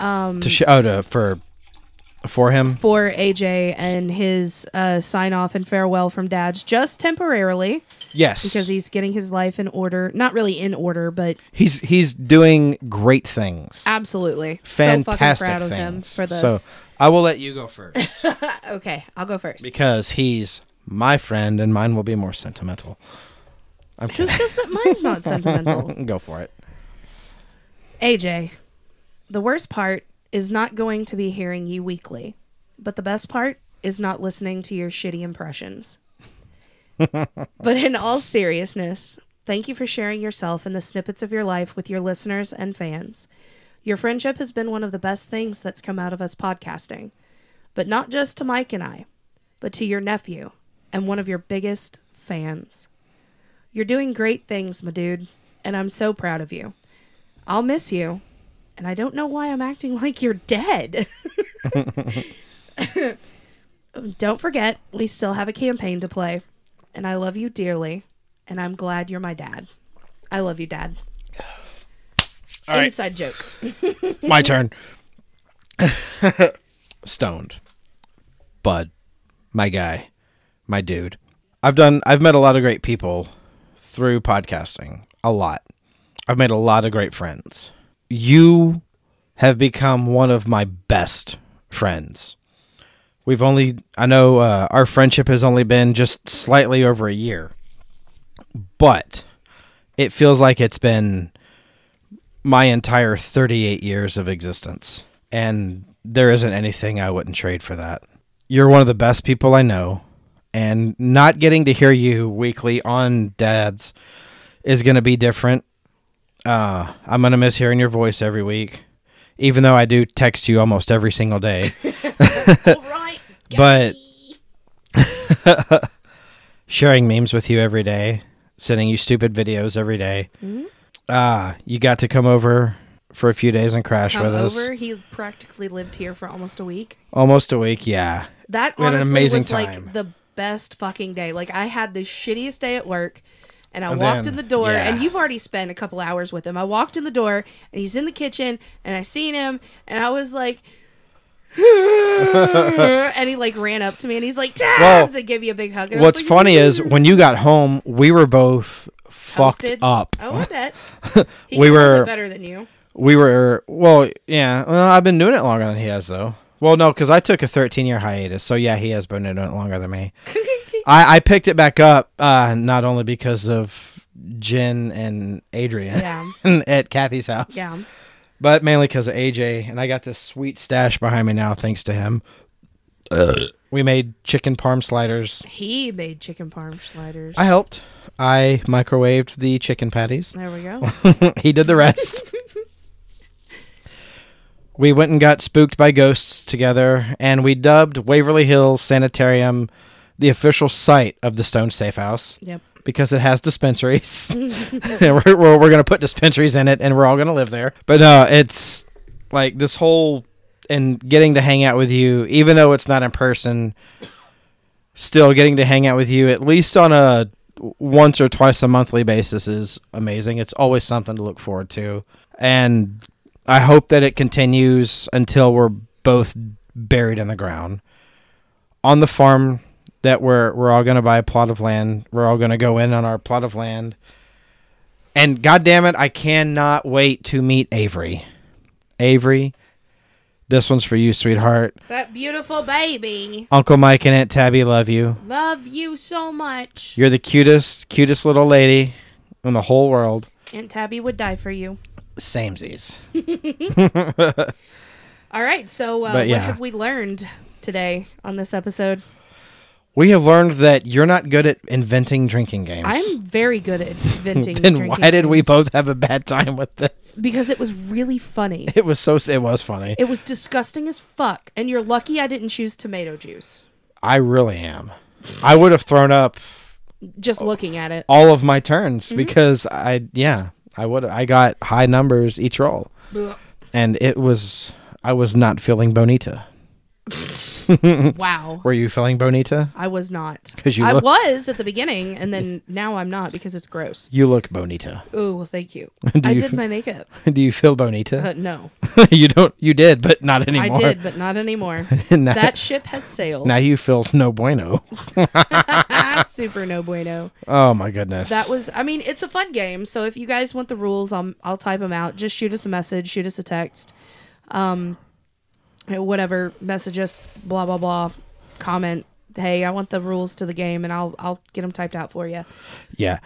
[SPEAKER 1] Mm.
[SPEAKER 3] To sh- oh, to, for for him.
[SPEAKER 1] for AJ and his uh, sign off and farewell from Dad's just temporarily
[SPEAKER 3] Yes.
[SPEAKER 1] because he's getting his life in order. Not really in order, but
[SPEAKER 3] he's he's doing great things.
[SPEAKER 1] absolutely
[SPEAKER 3] Fantastic
[SPEAKER 1] so fucking proud
[SPEAKER 3] things.
[SPEAKER 1] of him for
[SPEAKER 3] So
[SPEAKER 1] this.
[SPEAKER 3] I will let you go first
[SPEAKER 1] okay, I'll go first.
[SPEAKER 3] because he's my friend and mine will be more sentimental. I'm
[SPEAKER 1] Who
[SPEAKER 3] kidding.
[SPEAKER 1] says that mine's not sentimental?
[SPEAKER 3] Go for it.
[SPEAKER 1] AJ, the worst part is not going to be hearing you weekly, but the best part is not listening to your shitty impressions. but in all seriousness, thank you for sharing yourself and the snippets of your life with your listeners and fans. Your friendship has been one of the best things that's come out of us podcasting, but not just to Mike and I, but to your nephew and one of your biggest fans. You're doing great things, my dude, and I'm so proud of you. I'll miss you. And I don't know why I'm acting like you're dead. don't forget, we still have a campaign to play. And I love you dearly. And I'm glad you're my dad. I love you, Dad. Inside joke.
[SPEAKER 3] My turn. Stoned. Bud. My guy. My dude. I've done I've met a lot of great people through podcasting. A lot. I've made a lot of great friends. You have become one of my best friends. We've only I know uh, our friendship has only been just slightly over a year. But it feels like it's been my entire 38 years of existence. And there isn't anything I wouldn't trade for that. You're one of the best people I know. And not getting to hear you weekly on Dad's is going to be different. Uh, I'm going to miss hearing your voice every week, even though I do text you almost every single day.
[SPEAKER 5] All right.
[SPEAKER 3] but sharing memes with you every day, sending you stupid videos every day.
[SPEAKER 1] Mm-hmm.
[SPEAKER 3] Ah, you got to come over for a few days and crash
[SPEAKER 1] Come
[SPEAKER 3] with us.
[SPEAKER 1] over. He practically lived here for almost a week.
[SPEAKER 3] Almost a week, yeah.
[SPEAKER 1] That
[SPEAKER 3] We had an
[SPEAKER 1] honestly
[SPEAKER 3] amazing
[SPEAKER 1] was
[SPEAKER 3] time.
[SPEAKER 1] like the best fucking day. Like I had the shittiest day at work, and I
[SPEAKER 3] And
[SPEAKER 1] walked
[SPEAKER 3] then-
[SPEAKER 1] in the door,
[SPEAKER 3] yeah.
[SPEAKER 1] and you've already spent a couple hours with him. I walked in the door, and he's in the kitchen, and I seen him, and I was like. and he like ran up to me and he's like tabs and gave me a big hug. And I was
[SPEAKER 3] What's
[SPEAKER 1] like,
[SPEAKER 3] funny is when you got home, we were both fucked
[SPEAKER 1] "Toasted."
[SPEAKER 3] up.
[SPEAKER 1] Oh, I bet He
[SPEAKER 3] We
[SPEAKER 1] can handle it
[SPEAKER 3] were-
[SPEAKER 1] better than you.
[SPEAKER 3] We were well, yeah. Well, I've been doing it longer than he has, though. Well, no, because I took a 13 year hiatus, so yeah, he has been doing it longer than me. I, I picked it back up uh, not only because of Jen and Adrian
[SPEAKER 1] Yeah.
[SPEAKER 3] at Kathy's house,
[SPEAKER 1] Yeah,
[SPEAKER 3] but mainly because of AJ. And I got this sweet stash behind me now, thanks to him. we made chicken parm sliders.
[SPEAKER 1] he made chicken parm sliders.
[SPEAKER 3] I helped. I microwaved the chicken patties.
[SPEAKER 1] there we go.
[SPEAKER 3] he did the rest. we went and got spooked by ghosts together, and we dubbed Waverly Hills Sanitarium the official site of the Stone Safe House
[SPEAKER 1] Yep.
[SPEAKER 3] because it has dispensaries. and we're, we're, we're going to put dispensaries in it and we're all going to live there. But no, it's like this whole and getting to hang out with you, even though it's not in person, still getting to hang out with you at least on a once or twice a monthly basis is amazing. It's always something to look forward to. And I hope that it continues until we're both buried in the ground. On the farm that we're we're all gonna buy a plot of land. We're all gonna go in on our plot of land. And god damn it, I cannot wait to meet Avery. Avery, this one's for you, sweetheart.
[SPEAKER 1] That beautiful baby.
[SPEAKER 3] Uncle Mike and Aunt Tabby love you.
[SPEAKER 1] Love you so much.
[SPEAKER 3] You're the cutest, cutest little lady in the whole world.
[SPEAKER 1] And Tabby would die for you.
[SPEAKER 3] Samesies.
[SPEAKER 1] All right. So, uh,
[SPEAKER 3] But
[SPEAKER 1] what
[SPEAKER 3] yeah.
[SPEAKER 1] have we learned today on this episode?
[SPEAKER 3] We have learned that you're not good at inventing drinking games.
[SPEAKER 1] I'm very good at venting.
[SPEAKER 3] then
[SPEAKER 1] drinking
[SPEAKER 3] why did we
[SPEAKER 1] games.
[SPEAKER 3] both have a bad time with this?
[SPEAKER 1] Because it was really funny.
[SPEAKER 3] It was so it was funny.
[SPEAKER 1] It was disgusting as fuck. And you're lucky I didn't choose tomato juice.
[SPEAKER 3] I really am. I would have thrown up
[SPEAKER 1] Just
[SPEAKER 3] Oh.
[SPEAKER 1] looking at it.
[SPEAKER 3] all of my turns
[SPEAKER 1] Mm-hmm.
[SPEAKER 3] because I yeah I would I got high numbers each roll, and it was I was not feeling bonita.
[SPEAKER 1] Wow.
[SPEAKER 3] Were you feeling bonita?
[SPEAKER 1] I was not.
[SPEAKER 3] 'Cause you
[SPEAKER 1] I
[SPEAKER 3] look-
[SPEAKER 1] was at the beginning, and then now I'm not because it's gross.
[SPEAKER 3] You look bonita.
[SPEAKER 1] Oh, well, thank you.
[SPEAKER 3] Do
[SPEAKER 1] I
[SPEAKER 3] you
[SPEAKER 1] did
[SPEAKER 3] f-
[SPEAKER 1] my makeup.
[SPEAKER 3] Do you feel bonita?
[SPEAKER 1] Uh, no,
[SPEAKER 3] you don't. You did, but not anymore.
[SPEAKER 1] I did, but not anymore.
[SPEAKER 3] now,
[SPEAKER 1] that ship has sailed.
[SPEAKER 3] now you feel no bueno.
[SPEAKER 1] Ah, super no bueno.
[SPEAKER 3] Oh my goodness.
[SPEAKER 1] That was. I mean, it's a fun game. So if you guys want the rules, I'll I'll type them out. Just shoot us a message. Shoot us a text. Um, whatever. Message us. Blah blah blah. Comment. Hey, I want the rules to the game, and I'll I'll get them typed out for you.
[SPEAKER 3] Yeah.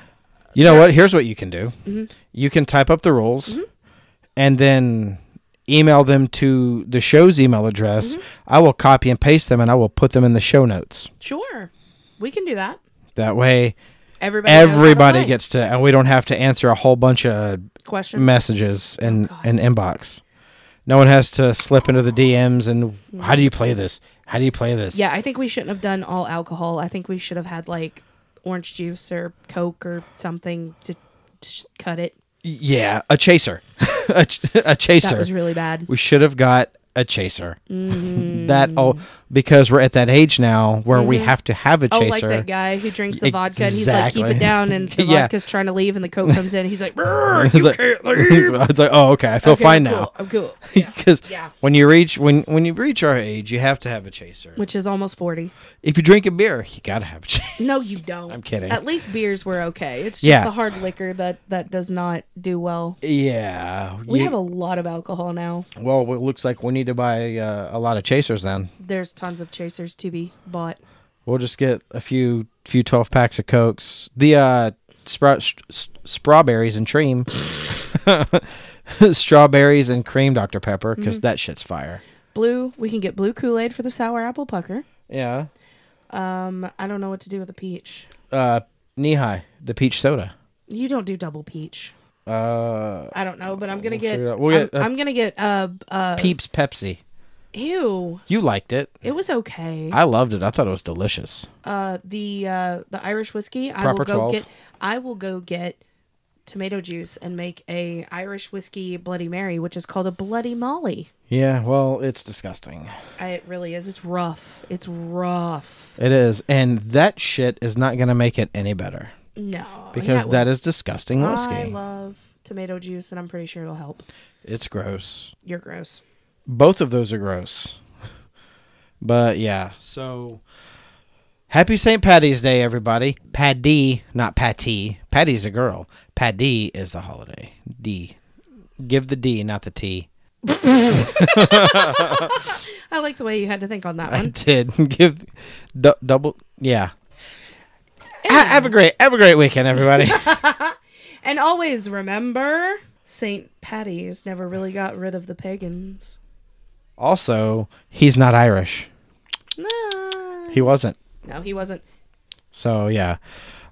[SPEAKER 3] You know what? Here's what you can do.
[SPEAKER 1] Mm-hmm.
[SPEAKER 3] You can type up the rules and then email them to the show's email address.
[SPEAKER 1] Mm-hmm.
[SPEAKER 3] I will copy and paste them and I will put them in the show notes.
[SPEAKER 1] Sure, we can do that.
[SPEAKER 3] That way
[SPEAKER 1] Everybody. knows how to
[SPEAKER 3] everybody
[SPEAKER 1] play.
[SPEAKER 3] gets to and we don't have to answer a whole bunch of
[SPEAKER 1] questions.
[SPEAKER 3] messages
[SPEAKER 1] Oh,
[SPEAKER 3] and and inbox. No one has to slip into the DMs and how do you play this? How do you play this?
[SPEAKER 1] Yeah, I think we shouldn't have done all alcohol. I think we should have had like orange juice or Coke or something to just cut it.
[SPEAKER 3] Yeah, a chaser. a, ch- a chaser.
[SPEAKER 1] That was really bad.
[SPEAKER 3] We should have got a chaser.
[SPEAKER 1] Mm-hmm.
[SPEAKER 3] that oh, because we're at that age now where we have to have a
[SPEAKER 1] Oh,
[SPEAKER 3] chaser.
[SPEAKER 1] like that guy who drinks the vodka and he's like, keep
[SPEAKER 3] Exactly.
[SPEAKER 1] it down. And the
[SPEAKER 3] Yeah.
[SPEAKER 1] vodka's trying to leave and the Coke comes in. He's like, "Brrr,
[SPEAKER 3] He's
[SPEAKER 1] you
[SPEAKER 3] like-
[SPEAKER 1] can't leave.
[SPEAKER 3] it's like, oh, okay, I feel
[SPEAKER 1] Okay,
[SPEAKER 3] fine
[SPEAKER 1] I'm
[SPEAKER 3] now.
[SPEAKER 1] cool, I'm cool. Yeah.
[SPEAKER 3] Because
[SPEAKER 1] Yeah.
[SPEAKER 3] when you reach when when you reach our age, you have to have a chaser.
[SPEAKER 1] Which is almost 40.
[SPEAKER 3] If you drink a beer, you gotta have a chaser.
[SPEAKER 1] No, you don't. I'm
[SPEAKER 3] kidding.
[SPEAKER 1] At least beers were okay. It's just
[SPEAKER 3] Yeah.
[SPEAKER 1] the hard liquor that, that does not do well.
[SPEAKER 3] Yeah,
[SPEAKER 1] We
[SPEAKER 3] you-
[SPEAKER 1] have a lot of alcohol now.
[SPEAKER 3] well. It looks like we need to buy uh, a lot of chasers. Then
[SPEAKER 1] There's tons of chasers to be bought.
[SPEAKER 3] we'll just get a few few twelve packs of cokes. The uh, sprout st- st- strawberries and cream. strawberries and cream Dr. Pepper because
[SPEAKER 1] Mm-hmm.
[SPEAKER 3] that shit's fire.
[SPEAKER 1] Blue, we can get blue Kool Aid for the sour apple pucker.
[SPEAKER 3] Yeah.
[SPEAKER 1] Um, I don't know what to do with a peach.
[SPEAKER 3] Uh, knee high, the peach soda.
[SPEAKER 1] You don't do double peach.
[SPEAKER 3] Uh,
[SPEAKER 1] I don't know, but I'm gonna
[SPEAKER 3] figure it
[SPEAKER 1] get.
[SPEAKER 3] out. We'll
[SPEAKER 1] I'm,
[SPEAKER 3] get, uh,
[SPEAKER 1] I'm gonna get. Uh, uh,
[SPEAKER 3] Peeps Pepsi.
[SPEAKER 1] ew.
[SPEAKER 3] You liked it.
[SPEAKER 1] It was okay.
[SPEAKER 3] I loved it. I thought it was delicious.
[SPEAKER 1] Uh, the uh, the Irish whiskey. I
[SPEAKER 3] Proper
[SPEAKER 1] will go
[SPEAKER 3] 12.
[SPEAKER 1] get. I will go get tomato juice and make a Irish whiskey Bloody Mary, which is called a Bloody Molly.
[SPEAKER 3] Yeah, well, it's disgusting.
[SPEAKER 1] I, it really is. It's rough. It's rough.
[SPEAKER 3] It is, and that shit is not gonna make it any better
[SPEAKER 1] No,
[SPEAKER 3] because
[SPEAKER 1] yeah,
[SPEAKER 3] that is disgusting
[SPEAKER 1] I
[SPEAKER 3] whiskey.
[SPEAKER 1] love tomato juice, and I'm pretty sure it'll help.
[SPEAKER 3] it's gross.
[SPEAKER 1] You're gross.
[SPEAKER 3] Both of those are gross. But yeah, so happy St. Patty's Day, everybody. Paddy, not Patty. Patty's a girl. Paddy is the holiday. D. Give the D, not the T.
[SPEAKER 1] I like the way you had to think on that
[SPEAKER 3] I
[SPEAKER 1] one.
[SPEAKER 3] did give du- double. Yeah. Ha- have a great have a great weekend, everybody.
[SPEAKER 1] And always remember, St. Patty's never really got rid of the pagans.
[SPEAKER 3] also, he's not Irish.
[SPEAKER 1] No,
[SPEAKER 3] He wasn't.
[SPEAKER 1] no he wasn't.
[SPEAKER 3] So yeah.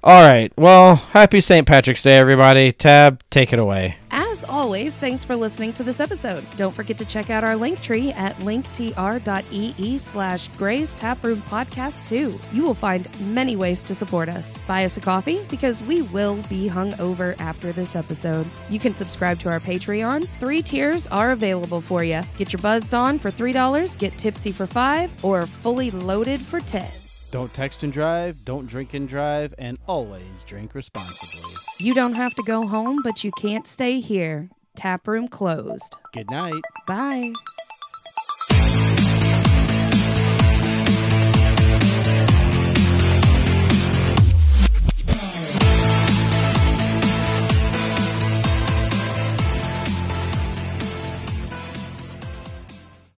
[SPEAKER 3] All right. Well, happy St. Patrick's Day, everybody. Tab, take it away.
[SPEAKER 1] As
[SPEAKER 6] as always, thanks for listening to this episode. Don't forget to check out our link tree at linktr.ee slash Gray's Taproom Podcast 2. You will find many ways to support us. Buy us a coffee because we will be hungover after this episode. You can subscribe to our Patreon. Three tiers are available for you. Get your buzzed on for $3, get tipsy for 5 or fully loaded for 10
[SPEAKER 3] Don't text and drive, don't drink and drive, and always drink responsibly.
[SPEAKER 6] You don't have to go home, but you can't stay here. Taproom closed.
[SPEAKER 3] Good night.
[SPEAKER 6] Bye.